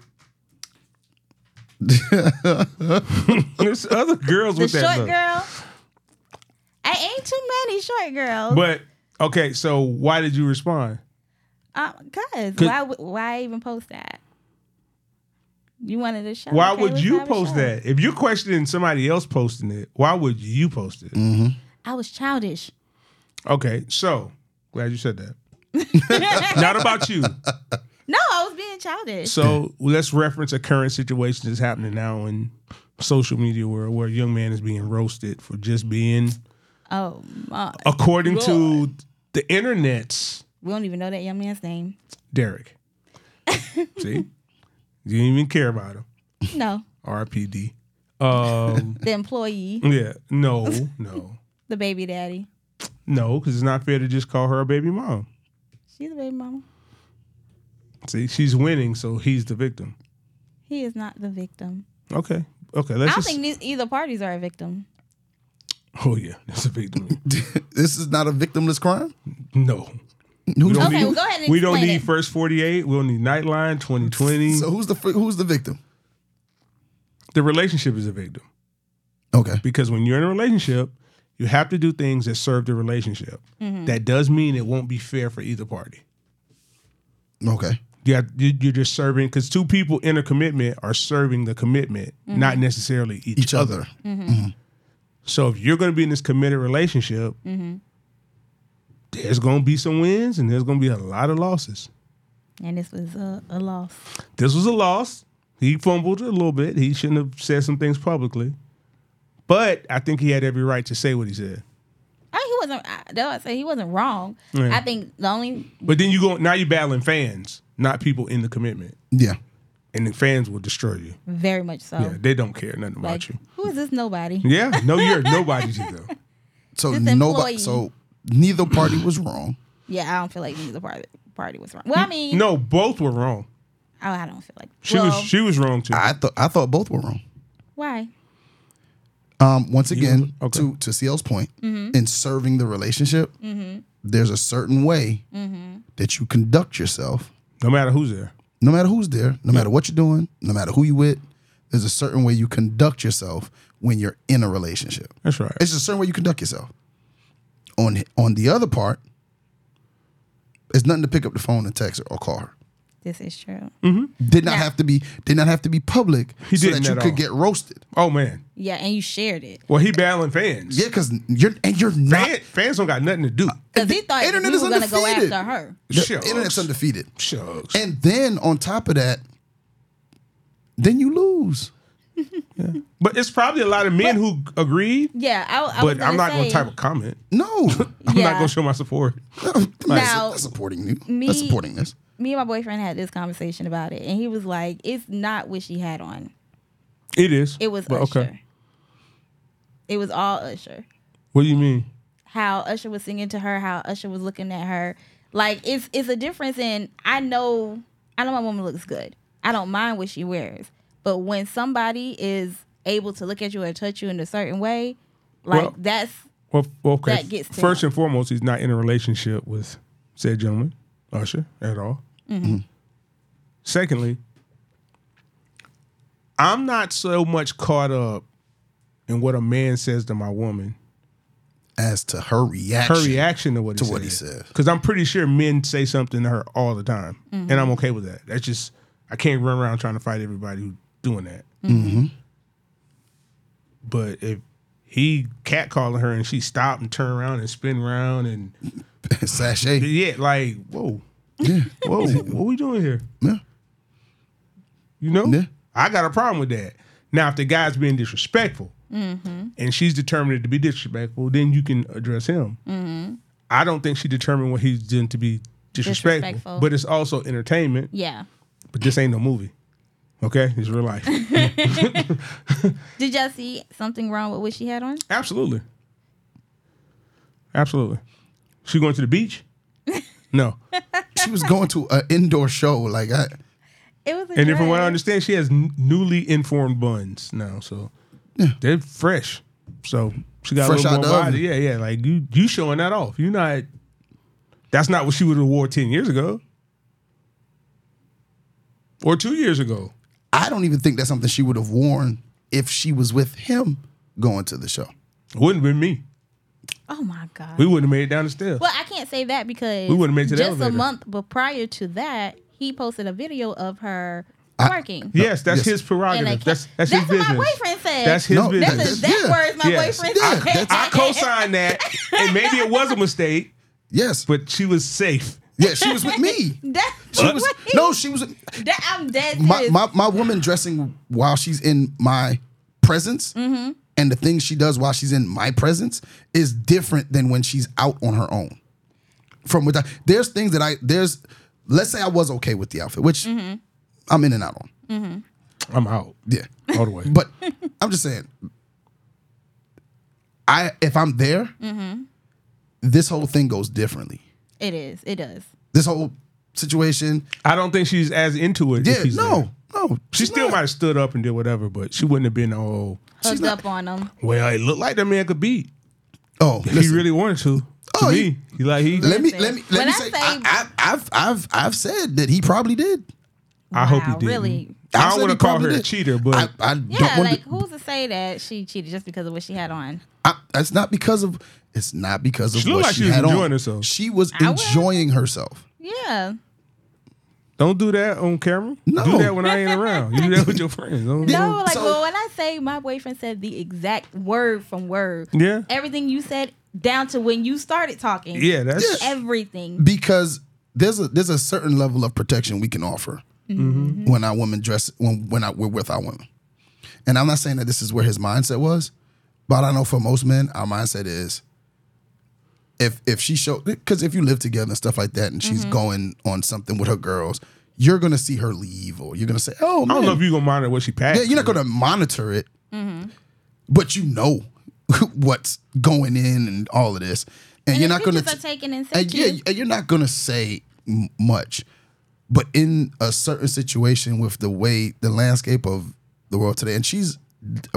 Speaker 2: There's other girls
Speaker 1: The
Speaker 2: with that
Speaker 1: short
Speaker 2: look.
Speaker 1: girl. I ain't too many short girls.
Speaker 2: But okay, so why did you respond?
Speaker 1: Uh, Cause
Speaker 2: Could-
Speaker 1: why would- why even post that? You wanted to show.
Speaker 2: Why
Speaker 1: okay,
Speaker 2: would
Speaker 1: let's
Speaker 2: you
Speaker 1: have a
Speaker 2: post
Speaker 1: show.
Speaker 2: that? If you're questioning somebody else posting it, why would you post it?
Speaker 1: I was childish.
Speaker 2: Okay, so glad you said that.
Speaker 1: Uh,
Speaker 2: Not about you.
Speaker 1: No, I was being childish.
Speaker 2: So let's reference a current situation that's happening now in social media world where a young man is being roasted for just being
Speaker 1: oh, my.
Speaker 2: according to the internet's
Speaker 1: we don't even know that young man's name.
Speaker 2: Derek. See? You didn't even care about him.
Speaker 1: No,
Speaker 2: RPD. Um,
Speaker 1: the employee,
Speaker 2: yeah. No, no.
Speaker 1: the baby daddy.
Speaker 2: No, because it's not fair to just call her a baby mom.
Speaker 1: She's a baby mama.
Speaker 2: See, she's winning, so he's the victim.
Speaker 1: He is not the victim.
Speaker 2: Okay. Okay.
Speaker 1: I
Speaker 2: Let's
Speaker 1: don't
Speaker 2: just,
Speaker 1: think these, either parties are a victim.
Speaker 2: Oh yeah, that's a victim.
Speaker 3: this is not a victimless crime.
Speaker 2: no.
Speaker 3: Who's
Speaker 2: don't
Speaker 1: Okay,
Speaker 2: need-
Speaker 1: well, go ahead and
Speaker 2: We don't
Speaker 1: explain
Speaker 2: need
Speaker 1: it.
Speaker 2: first forty eight. We don't need Nightline, twenty twenty.
Speaker 3: so who's the fr- who's the victim?
Speaker 2: the relationship is a victim.
Speaker 3: Okay.
Speaker 2: Because when you're in a relationship, you have to do things that serve the relationship.
Speaker 1: Mm-hmm.
Speaker 2: That does mean it won't be fair for either party.
Speaker 3: Okay.
Speaker 2: you have, you- you're just serving because two people in a commitment are serving the commitment, not necessarily each,
Speaker 3: Each
Speaker 2: other.
Speaker 3: other.
Speaker 1: Mm.
Speaker 2: So if you're going to be in this committed relationship, there's going to be some wins and there's going to be a lot of losses.
Speaker 1: And this was a, a loss.
Speaker 2: This was a loss. He fumbled a little bit. He shouldn't have said some things publicly, but I think he had every right to say what he said.
Speaker 1: I, he wasn't. I, though I say he wasn't wrong.
Speaker 2: Yeah.
Speaker 1: I think the only
Speaker 2: But then you go now you're battling fans, not people in the commitment,
Speaker 3: Yeah.
Speaker 2: and the fans will destroy you.
Speaker 1: very much so.
Speaker 2: Yeah, they don't care nothing about
Speaker 1: Oh. like,
Speaker 2: you.
Speaker 1: who is this nobody?
Speaker 2: Yeah, no, you're nobody to them.
Speaker 3: So
Speaker 1: This
Speaker 3: nobody.
Speaker 1: employee.
Speaker 3: So neither party was wrong.
Speaker 1: Yeah, I don't feel like neither party party was wrong. Well, I mean,
Speaker 2: No, both were wrong.
Speaker 1: oh, I don't feel like.
Speaker 2: She
Speaker 1: well,
Speaker 2: was she was wrong too.
Speaker 3: I thought I thought both were wrong.
Speaker 1: why?
Speaker 3: Um, once again,
Speaker 2: okay.
Speaker 3: to to CL's point, in serving the relationship, there's a certain way that you conduct yourself,
Speaker 2: no matter who's there.
Speaker 3: no matter who's there, no matter what you're doing, no matter who you with. There's a certain way you conduct yourself when you're in a relationship.
Speaker 2: That's right.
Speaker 3: It's a certain way you conduct yourself. On on the other part, it's nothing to pick up the phone and text her or call her.
Speaker 1: This is true.
Speaker 2: Hmm?
Speaker 3: Did not
Speaker 1: Yeah.
Speaker 3: have to be did not have to be public
Speaker 2: He
Speaker 3: so
Speaker 2: didn't
Speaker 3: that you
Speaker 2: at
Speaker 3: could
Speaker 2: all.
Speaker 3: get roasted.
Speaker 2: Oh man.
Speaker 1: Yeah, and you shared it
Speaker 2: Well, he battling fans.
Speaker 3: Yeah, because you're and you're not.
Speaker 2: Fan- fans don't got nothing to do.
Speaker 1: because he thought
Speaker 3: internet
Speaker 1: we
Speaker 3: is
Speaker 1: were going to go
Speaker 3: undefeated.
Speaker 1: after her.
Speaker 3: The
Speaker 2: Shucks.
Speaker 3: internet's undefeated.
Speaker 2: Shucks.
Speaker 3: And then on top of that, then you lose.
Speaker 2: But it's probably a lot of men who agreed.
Speaker 1: Yeah, I, I was
Speaker 2: But
Speaker 1: gonna
Speaker 2: I'm not
Speaker 1: say,
Speaker 2: going to type a comment.
Speaker 3: No,
Speaker 2: I'm
Speaker 1: Yeah.
Speaker 2: not going to show my support.
Speaker 1: Now-
Speaker 3: that's supporting you.
Speaker 1: Me-
Speaker 3: that's supporting this.
Speaker 1: Me and my boyfriend had this conversation about it, and he was like, "It's not what she had on.
Speaker 2: It is.
Speaker 1: It was
Speaker 2: But
Speaker 1: Usher. It was all Usher."
Speaker 2: What do you mean?
Speaker 1: how Usher was singing to her, how Usher was looking at her. Like it's it's a difference in I know I know my woman looks good. I don't mind what she wears. But when somebody is able to look at you or touch you in a certain way, like
Speaker 2: Well-
Speaker 1: that's
Speaker 2: Well, f- well, okay.
Speaker 1: That gets to
Speaker 2: First
Speaker 1: him.
Speaker 2: and foremost, he's not in a relationship with said gentleman, Usher, at all.
Speaker 1: Mm-hmm.
Speaker 3: Mm-hmm.
Speaker 2: Secondly, I'm not so much caught up in what a man says to my woman
Speaker 3: As as to her reaction.
Speaker 2: her reaction to what he
Speaker 3: To
Speaker 2: said.
Speaker 3: what he said.
Speaker 2: Because I'm pretty sure men say something to her all the time, and I'm okay with that. That's just I can't run around trying to fight everybody who's doing that.
Speaker 3: Mm-hmm.
Speaker 2: But if he catcalling her and she stopped and turn around and spin around and
Speaker 3: Sashay.
Speaker 2: yeah, like whoa,
Speaker 3: Yeah.
Speaker 2: whoa, what we doing here?
Speaker 3: Yeah.
Speaker 2: You know,
Speaker 3: Yeah.
Speaker 2: I got a problem with that. Now, if the guy's being disrespectful and she's determined to be disrespectful, then you can address him. I don't think she determined what he's doing to be disrespectful,
Speaker 1: Disrespectful.
Speaker 2: but it's also entertainment.
Speaker 1: Yeah.
Speaker 2: But this ain't no movie. Okay, it's real life.
Speaker 1: Did y'all see something wrong with what she had on?
Speaker 2: Absolutely, absolutely. She going to the beach? No.
Speaker 3: She was going to an indoor show. Like I
Speaker 1: It was a
Speaker 2: And from what I
Speaker 1: dress.
Speaker 2: understand, she has n- newly informed buns now, so they're fresh. So she got
Speaker 3: Fresh
Speaker 2: a little
Speaker 3: out
Speaker 2: more
Speaker 3: the
Speaker 2: body. Yeah, yeah. Like you, you showing that off. You not. That's not what she would have wore ten years ago, or two years ago.
Speaker 3: I don't even think that's something she would have worn if she was with him going to the show.
Speaker 2: It wouldn't have been me.
Speaker 1: Oh my god.
Speaker 2: We wouldn't have made it down the stairs.
Speaker 1: well, I can't say that because
Speaker 2: We wouldn't made it to the
Speaker 1: just a
Speaker 2: elevator.
Speaker 1: month, but prior to that, he posted a video of her working.
Speaker 2: Yes, that's
Speaker 3: Yes.
Speaker 2: his prerogative.
Speaker 1: And I can't-
Speaker 2: that's that's, his
Speaker 1: what
Speaker 2: business.
Speaker 1: my boyfriend said.
Speaker 2: That's his
Speaker 3: No, that's
Speaker 2: business.
Speaker 1: That's
Speaker 3: his-
Speaker 1: exact
Speaker 3: Yeah.
Speaker 1: words my
Speaker 2: Yes.
Speaker 1: boyfriend
Speaker 3: Yeah,
Speaker 1: said.
Speaker 3: that's-
Speaker 2: I co-signed that, and maybe it was a mistake,
Speaker 3: Yes.
Speaker 2: but she was safe.
Speaker 3: yeah, she was with me.
Speaker 1: That-
Speaker 3: She was
Speaker 1: wait,
Speaker 3: no, she was
Speaker 1: that- I'm dead.
Speaker 3: my,
Speaker 1: serious.
Speaker 3: my my woman dressing while she's in my presence and the things she does while she's in my presence is different than when she's out on her own. From without there's things that I there's let's say I was okay with the outfit, which I'm in and out on.
Speaker 2: I'm out
Speaker 3: Yeah.
Speaker 2: all the way.
Speaker 3: But I'm just saying, I if I'm there, this whole thing goes differently.
Speaker 1: it is. It does.
Speaker 3: This whole situation,
Speaker 2: I don't think she's as into it. if
Speaker 3: yeah,
Speaker 2: he's
Speaker 3: no,
Speaker 2: there.
Speaker 3: no,
Speaker 2: She still might have stood up and did whatever, but she wouldn't have been all.
Speaker 1: Hooked
Speaker 3: not-
Speaker 1: up on him.
Speaker 2: Well, it looked like that man could beat.
Speaker 3: Oh,
Speaker 2: If
Speaker 3: listen,
Speaker 2: he really wanted to. to
Speaker 3: Oh,
Speaker 2: me,
Speaker 3: he-
Speaker 2: he, like he.
Speaker 3: Let me
Speaker 1: Listen,
Speaker 3: let me let
Speaker 1: when
Speaker 3: me
Speaker 1: I
Speaker 3: say,
Speaker 1: say-
Speaker 3: I, I, I've I've I've said that he probably did.
Speaker 2: I hope he
Speaker 1: Wow,
Speaker 2: did.
Speaker 1: really?
Speaker 2: I
Speaker 3: I've
Speaker 2: don't
Speaker 3: said
Speaker 2: want
Speaker 3: he
Speaker 2: to call
Speaker 3: probably
Speaker 2: her a
Speaker 3: did.
Speaker 2: cheater, but
Speaker 3: I, I
Speaker 1: Yeah,
Speaker 3: don't want
Speaker 1: like
Speaker 3: to.
Speaker 1: who's to say that she cheated just because of what she had on?
Speaker 3: I, it's not because of. It's not because of
Speaker 2: She
Speaker 3: what
Speaker 2: looked like
Speaker 3: she,
Speaker 2: she was
Speaker 3: had
Speaker 2: enjoying
Speaker 3: on.
Speaker 2: herself.
Speaker 3: She was
Speaker 1: I would.
Speaker 3: enjoying herself.
Speaker 1: Yeah.
Speaker 2: don't do that on camera.
Speaker 3: No.
Speaker 2: Do that when I ain't around. You do that with your friends. Don't-
Speaker 1: No, like
Speaker 3: So-
Speaker 1: well, when I say my boyfriend said the exact word from word.
Speaker 2: Yeah.
Speaker 1: Everything you said down to when you started talking.
Speaker 2: Yeah, that's.
Speaker 1: Everything.
Speaker 3: because there's a there's a certain level of protection we can offer when our women dress when when I, we're with our women. And I'm not saying that this is where his mindset was, but I know for most men, our mindset is if if she show because if you live together and stuff like that, and she's going on something with her girls, you're gonna see her leave, or you're gonna say, "Oh,
Speaker 2: I
Speaker 3: man,
Speaker 2: don't know if you're going to monitor what she packed.
Speaker 3: yeah, you're not gonna monitor it, but you know what's going in and all of this, and,
Speaker 1: And
Speaker 3: you're
Speaker 1: the
Speaker 3: not gonna
Speaker 1: pictures
Speaker 3: t-
Speaker 1: are taken and sent
Speaker 3: and
Speaker 1: to
Speaker 3: yeah,
Speaker 1: you.
Speaker 3: and you're not gonna say m- much, but in a certain situation with the way the landscape of the world today, and she's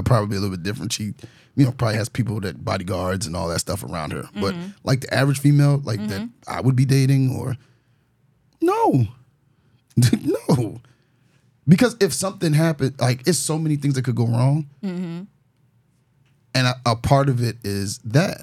Speaker 3: probably a little bit different. She, you know, probably has people that bodyguards and all that stuff around her. But
Speaker 1: Mm-hmm.
Speaker 3: like the average female, like that I would be dating, or no, no, because if something happened, like it's so many things that could go wrong,
Speaker 1: Mm-hmm.
Speaker 3: and a, a part of it is that.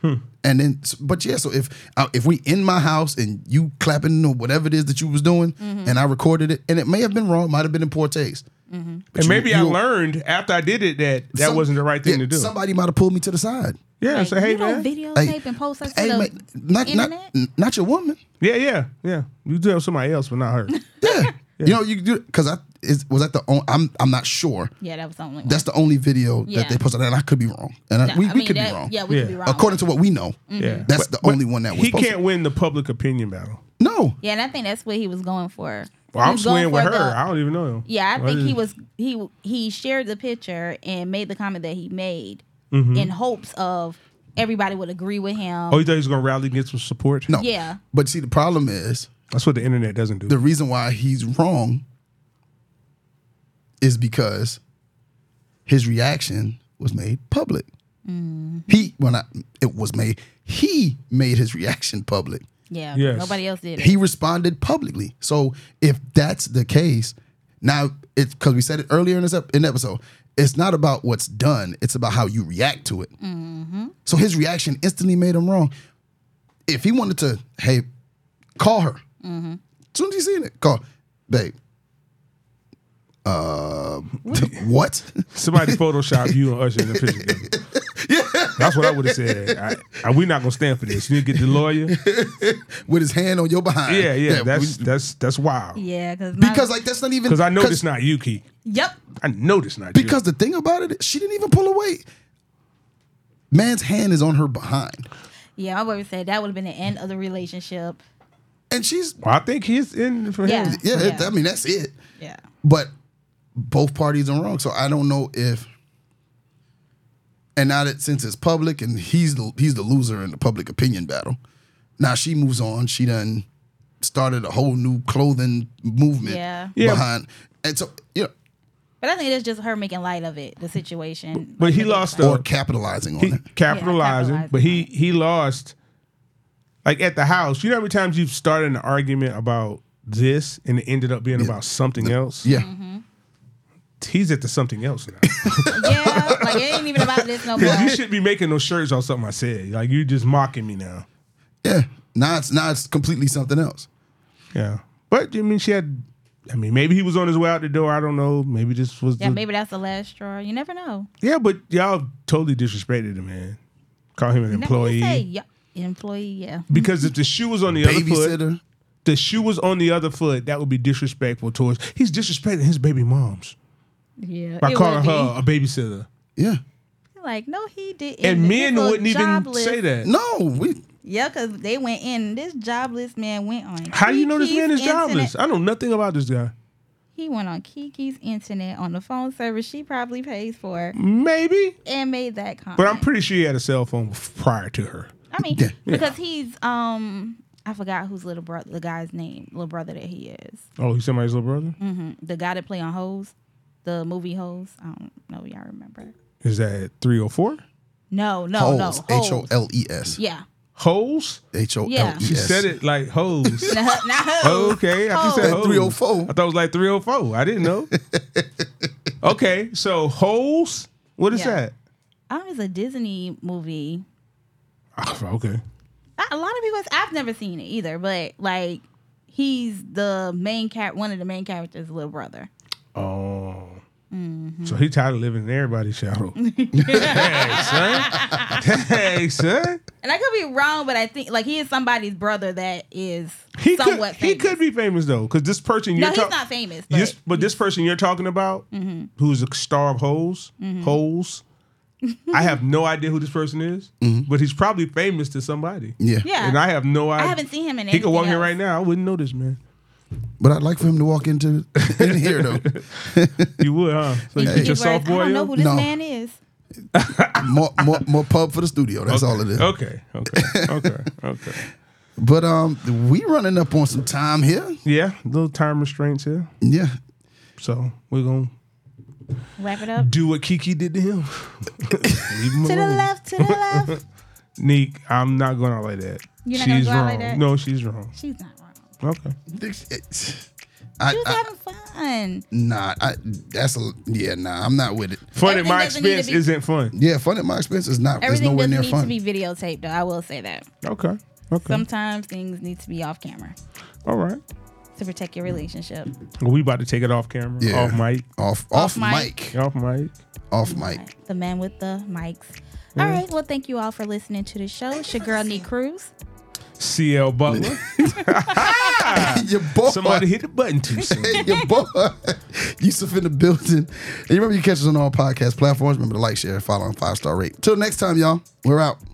Speaker 2: Hmm.
Speaker 3: And then, but yeah. So if uh, if we in my house and you clapping or whatever it is that you was doing,
Speaker 1: Mm-hmm.
Speaker 3: and I recorded it, and it may have been wrong, might have been in poor taste. But
Speaker 2: and
Speaker 3: you-
Speaker 2: maybe I
Speaker 3: you-
Speaker 2: learned after I did it that that
Speaker 3: some-
Speaker 2: wasn't the right thing
Speaker 3: yeah,
Speaker 2: to do.
Speaker 3: Somebody might have pulled me to the side.
Speaker 2: yeah,
Speaker 1: Like,
Speaker 2: say, hey,
Speaker 1: you
Speaker 2: man.
Speaker 1: don't videotape
Speaker 3: Hey,
Speaker 1: and post us
Speaker 3: Hey,
Speaker 1: to
Speaker 3: mate, not not
Speaker 1: internet?
Speaker 3: n- not your woman.
Speaker 2: yeah, yeah, yeah. You do it with somebody else, but not her.
Speaker 3: Yeah. You know you do because I is was that the only I'm I'm not sure.
Speaker 1: Yeah, that was the only one.
Speaker 3: That's the only video
Speaker 1: Yeah.
Speaker 3: that they posted, and I could be wrong, and I, we,
Speaker 1: I
Speaker 3: we
Speaker 1: mean,
Speaker 3: could
Speaker 1: that-
Speaker 3: be wrong.
Speaker 1: Yeah, we could be
Speaker 2: Yeah.
Speaker 1: wrong. Mm.
Speaker 3: According to what we know,
Speaker 2: Yeah.
Speaker 3: that's
Speaker 2: But-
Speaker 3: the
Speaker 2: but
Speaker 3: only one that was
Speaker 2: He
Speaker 3: posted.
Speaker 2: can't win the public opinion battle.
Speaker 3: No,
Speaker 1: yeah, and I think that's what he was going for.
Speaker 2: Well,
Speaker 1: He
Speaker 2: I'm
Speaker 1: was going
Speaker 2: swaying with
Speaker 1: for
Speaker 2: her.
Speaker 1: the-
Speaker 2: I don't even know him.
Speaker 1: yeah, I
Speaker 2: Well,
Speaker 1: think he
Speaker 2: just-
Speaker 1: was he he shared the picture and made the comment that he made in hopes of everybody would agree with him.
Speaker 2: Mm-hmm. Oh, you thought he was gonna rally and get some support?
Speaker 3: no.
Speaker 1: Yeah.
Speaker 3: But see, the problem is
Speaker 2: that's what the internet doesn't do.
Speaker 3: the reason why he's wrong is because his reaction was made public.
Speaker 1: Mm-hmm.
Speaker 3: He well not it was made he made his reaction public.
Speaker 1: Yeah,
Speaker 2: Yes.
Speaker 1: nobody else did. It.
Speaker 3: He responded publicly. So if that's the case, now it's because we said it earlier in this ep- in the episode. it's not about what's done, it's about how you react to it. So his reaction instantly made him wrong. If he wanted to, hey, call her. As soon as he seen it, call, babe. Uh, what?
Speaker 2: Somebody Photoshop you and Usher in the picture together. That's what I would have said. I, I, we not gonna stand for this. You need to get the lawyer.
Speaker 3: With his hand on your behind?
Speaker 2: Yeah, yeah. that's
Speaker 3: we-
Speaker 2: that's that's wild.
Speaker 1: Yeah, cause my,
Speaker 3: because like that's not even
Speaker 2: Because I know this not you, Keith.
Speaker 1: yep,
Speaker 2: I know this not
Speaker 3: Because the thing about it, she didn't even pull away. Man's hand is on her behind,
Speaker 1: yeah. My boyfriend said that would have been the end of the relationship.
Speaker 3: and she's
Speaker 2: you. Well, I think he's in for
Speaker 1: Yeah.
Speaker 2: him.
Speaker 3: yeah. it-
Speaker 1: Yeah.
Speaker 3: I mean, that's it.
Speaker 1: Yeah,
Speaker 3: But both parties are wrong. So I don't know if. And now that since it's public and he's the he's the loser in the public opinion battle, now she moves on. She done started a whole new clothing movement
Speaker 1: Yeah.
Speaker 2: Yeah.
Speaker 3: behind, and so you know,
Speaker 1: but I think it's just her making light of it, the situation.
Speaker 2: But he lost the
Speaker 3: or capitalizing on
Speaker 2: he
Speaker 3: it.
Speaker 2: capitalizing,
Speaker 1: capitalizing
Speaker 2: but he he lost. Like at the house, you know how many times you've started an argument about this and it ended up being about something else.
Speaker 3: Yeah,
Speaker 1: Mm-hmm.
Speaker 2: he's at the something else now.
Speaker 1: yeah, like it ain't even about this no more.
Speaker 2: you shouldn't be making no shirts on something I said. Like you just mocking me now.
Speaker 3: yeah. Now it's now it's completely something else.
Speaker 2: Yeah, but I mean, she had. I mean, maybe he was on his way out the door. I don't know. Maybe this was.
Speaker 1: Yeah,
Speaker 2: the,
Speaker 1: maybe that's the last straw. You never know.
Speaker 2: Yeah, but y'all totally disrespected him, man. Call him an
Speaker 1: Now, what you
Speaker 2: employee
Speaker 1: say? Yeah, employee. Yeah.
Speaker 2: because if the shoe was on the other foot,
Speaker 3: Babysitter.
Speaker 2: the shoe was on the other foot. That would be disrespectful towards. He's disrespecting his baby moms
Speaker 1: Yeah,
Speaker 2: by
Speaker 1: it
Speaker 2: calling
Speaker 1: would
Speaker 2: her a babysitter,
Speaker 3: Yeah.
Speaker 1: be. Like, no, he didn't.
Speaker 2: and
Speaker 1: This
Speaker 2: men
Speaker 1: little
Speaker 2: wouldn't even
Speaker 1: jobless-
Speaker 2: say that.
Speaker 3: No, we
Speaker 1: Yeah, because they went in. This jobless man went on.
Speaker 2: How do you know this man is
Speaker 1: Kiki's internet-
Speaker 2: jobless? I know nothing about this guy.
Speaker 1: He went on Kiki's internet on the phone service she probably pays for
Speaker 2: Maybe,
Speaker 1: and made that comment.
Speaker 2: but I'm pretty sure he had a cell phone prior to her.
Speaker 1: I mean,
Speaker 3: Yeah.
Speaker 1: because he's um, I forgot whose little brother, the guy's name, little brother that he is.
Speaker 2: Oh, he's somebody's little brother.
Speaker 1: hmm The guy that play on Hoes, the movie Hoes. I don't know, y'all remember?
Speaker 2: Is that 304?
Speaker 1: No, Oh, no,
Speaker 3: holes.
Speaker 1: no.
Speaker 3: H O
Speaker 1: Hoes.
Speaker 3: L E S.
Speaker 1: Yeah.
Speaker 2: Holes?
Speaker 3: H O L E
Speaker 1: Yeah.
Speaker 3: S.
Speaker 2: She said it like holes.
Speaker 1: no,
Speaker 2: Oh, okay. I think you said
Speaker 3: That
Speaker 2: hoes.
Speaker 3: 304.
Speaker 2: I thought it was like 304. I didn't know. okay, so holes? What is
Speaker 1: Yeah.
Speaker 2: that?
Speaker 1: Um, it's a Disney movie.
Speaker 2: Oh, okay.
Speaker 1: A- A lot of people, I've never seen it either, but like he's the main cat, one of the main characters' little brother.
Speaker 2: Oh.
Speaker 1: Mm-hmm.
Speaker 2: So he tired of living in everybody's shadow. hey, son. Hey, son.
Speaker 1: And I could be wrong, but I think like he is somebody's brother that is
Speaker 2: He could,
Speaker 1: somewhat
Speaker 2: he
Speaker 1: famous.
Speaker 2: could be famous though, because this person
Speaker 1: no,
Speaker 2: you're
Speaker 1: he's
Speaker 2: talking
Speaker 1: not famous. But Mm-hmm.
Speaker 2: Yes, but this person you're talking about, who's a star of Holes, Holes, I have no idea who this person is, but he's probably famous to somebody.
Speaker 3: Mm-hmm. Yeah.
Speaker 1: Yeah.
Speaker 2: And I have no
Speaker 1: I
Speaker 2: idea.
Speaker 1: haven't seen him in
Speaker 2: He could walk
Speaker 1: anything
Speaker 2: in right
Speaker 1: else.
Speaker 2: now. I wouldn't know this man.
Speaker 3: But I'd like for him to walk into in here though.
Speaker 2: You would, huh? So you
Speaker 1: He
Speaker 2: get your
Speaker 1: was like,
Speaker 2: soft
Speaker 1: I
Speaker 2: boy
Speaker 1: don't know
Speaker 2: up?
Speaker 1: who this
Speaker 3: No.
Speaker 1: man is.
Speaker 3: More, more, more pub for the studio. That's all it is.
Speaker 2: Okay, okay, okay, okay.
Speaker 3: But um, we running up on some time here.
Speaker 2: Yeah, little time restraints here.
Speaker 3: Yeah.
Speaker 2: So we're going
Speaker 1: Wrap it up.
Speaker 2: to do what Kiki did to him. Leave him
Speaker 1: To the
Speaker 2: alone.
Speaker 1: left, to the left.
Speaker 2: Neek, I'm not going out like that.
Speaker 1: You're not gonna
Speaker 2: she's
Speaker 1: go
Speaker 2: wrong.
Speaker 1: out like that?
Speaker 2: No, she's wrong.
Speaker 1: She's not wrong.
Speaker 2: Okay.
Speaker 3: I,
Speaker 1: She was
Speaker 3: I,
Speaker 1: having fun.
Speaker 3: nah, I, that's a yeah. Nah, I'm not with it.
Speaker 2: Fun at my
Speaker 1: Everything doesn't need to
Speaker 2: expense
Speaker 1: be-
Speaker 2: isn't fun.
Speaker 3: Yeah, fun at my expense is not. It's
Speaker 1: Everything
Speaker 3: nowhere
Speaker 1: doesn't
Speaker 3: near
Speaker 1: need
Speaker 3: fun.
Speaker 1: to be videotaped, though. I will say that.
Speaker 2: Okay. Okay.
Speaker 1: Sometimes things need to be off camera
Speaker 2: All right.
Speaker 1: to protect your relationship.
Speaker 2: Well, we about to take it off camera.
Speaker 3: Yeah.
Speaker 2: Off mic.
Speaker 3: off,
Speaker 1: Off
Speaker 3: off, mic.
Speaker 1: mic.
Speaker 2: Off mic.
Speaker 3: Off mic.
Speaker 1: The man with the mics. All right. Well, thank you all for listening to the show. It's your girl, Nee Cruz.
Speaker 2: CL Butler.
Speaker 3: Your boy.
Speaker 2: Somebody hit the button too soon.
Speaker 3: your boy Yusuf in the building. And you remember you can catch us on all podcast platforms. Remember to like, share, follow, and five star rate. Till next time, y'all. We're out.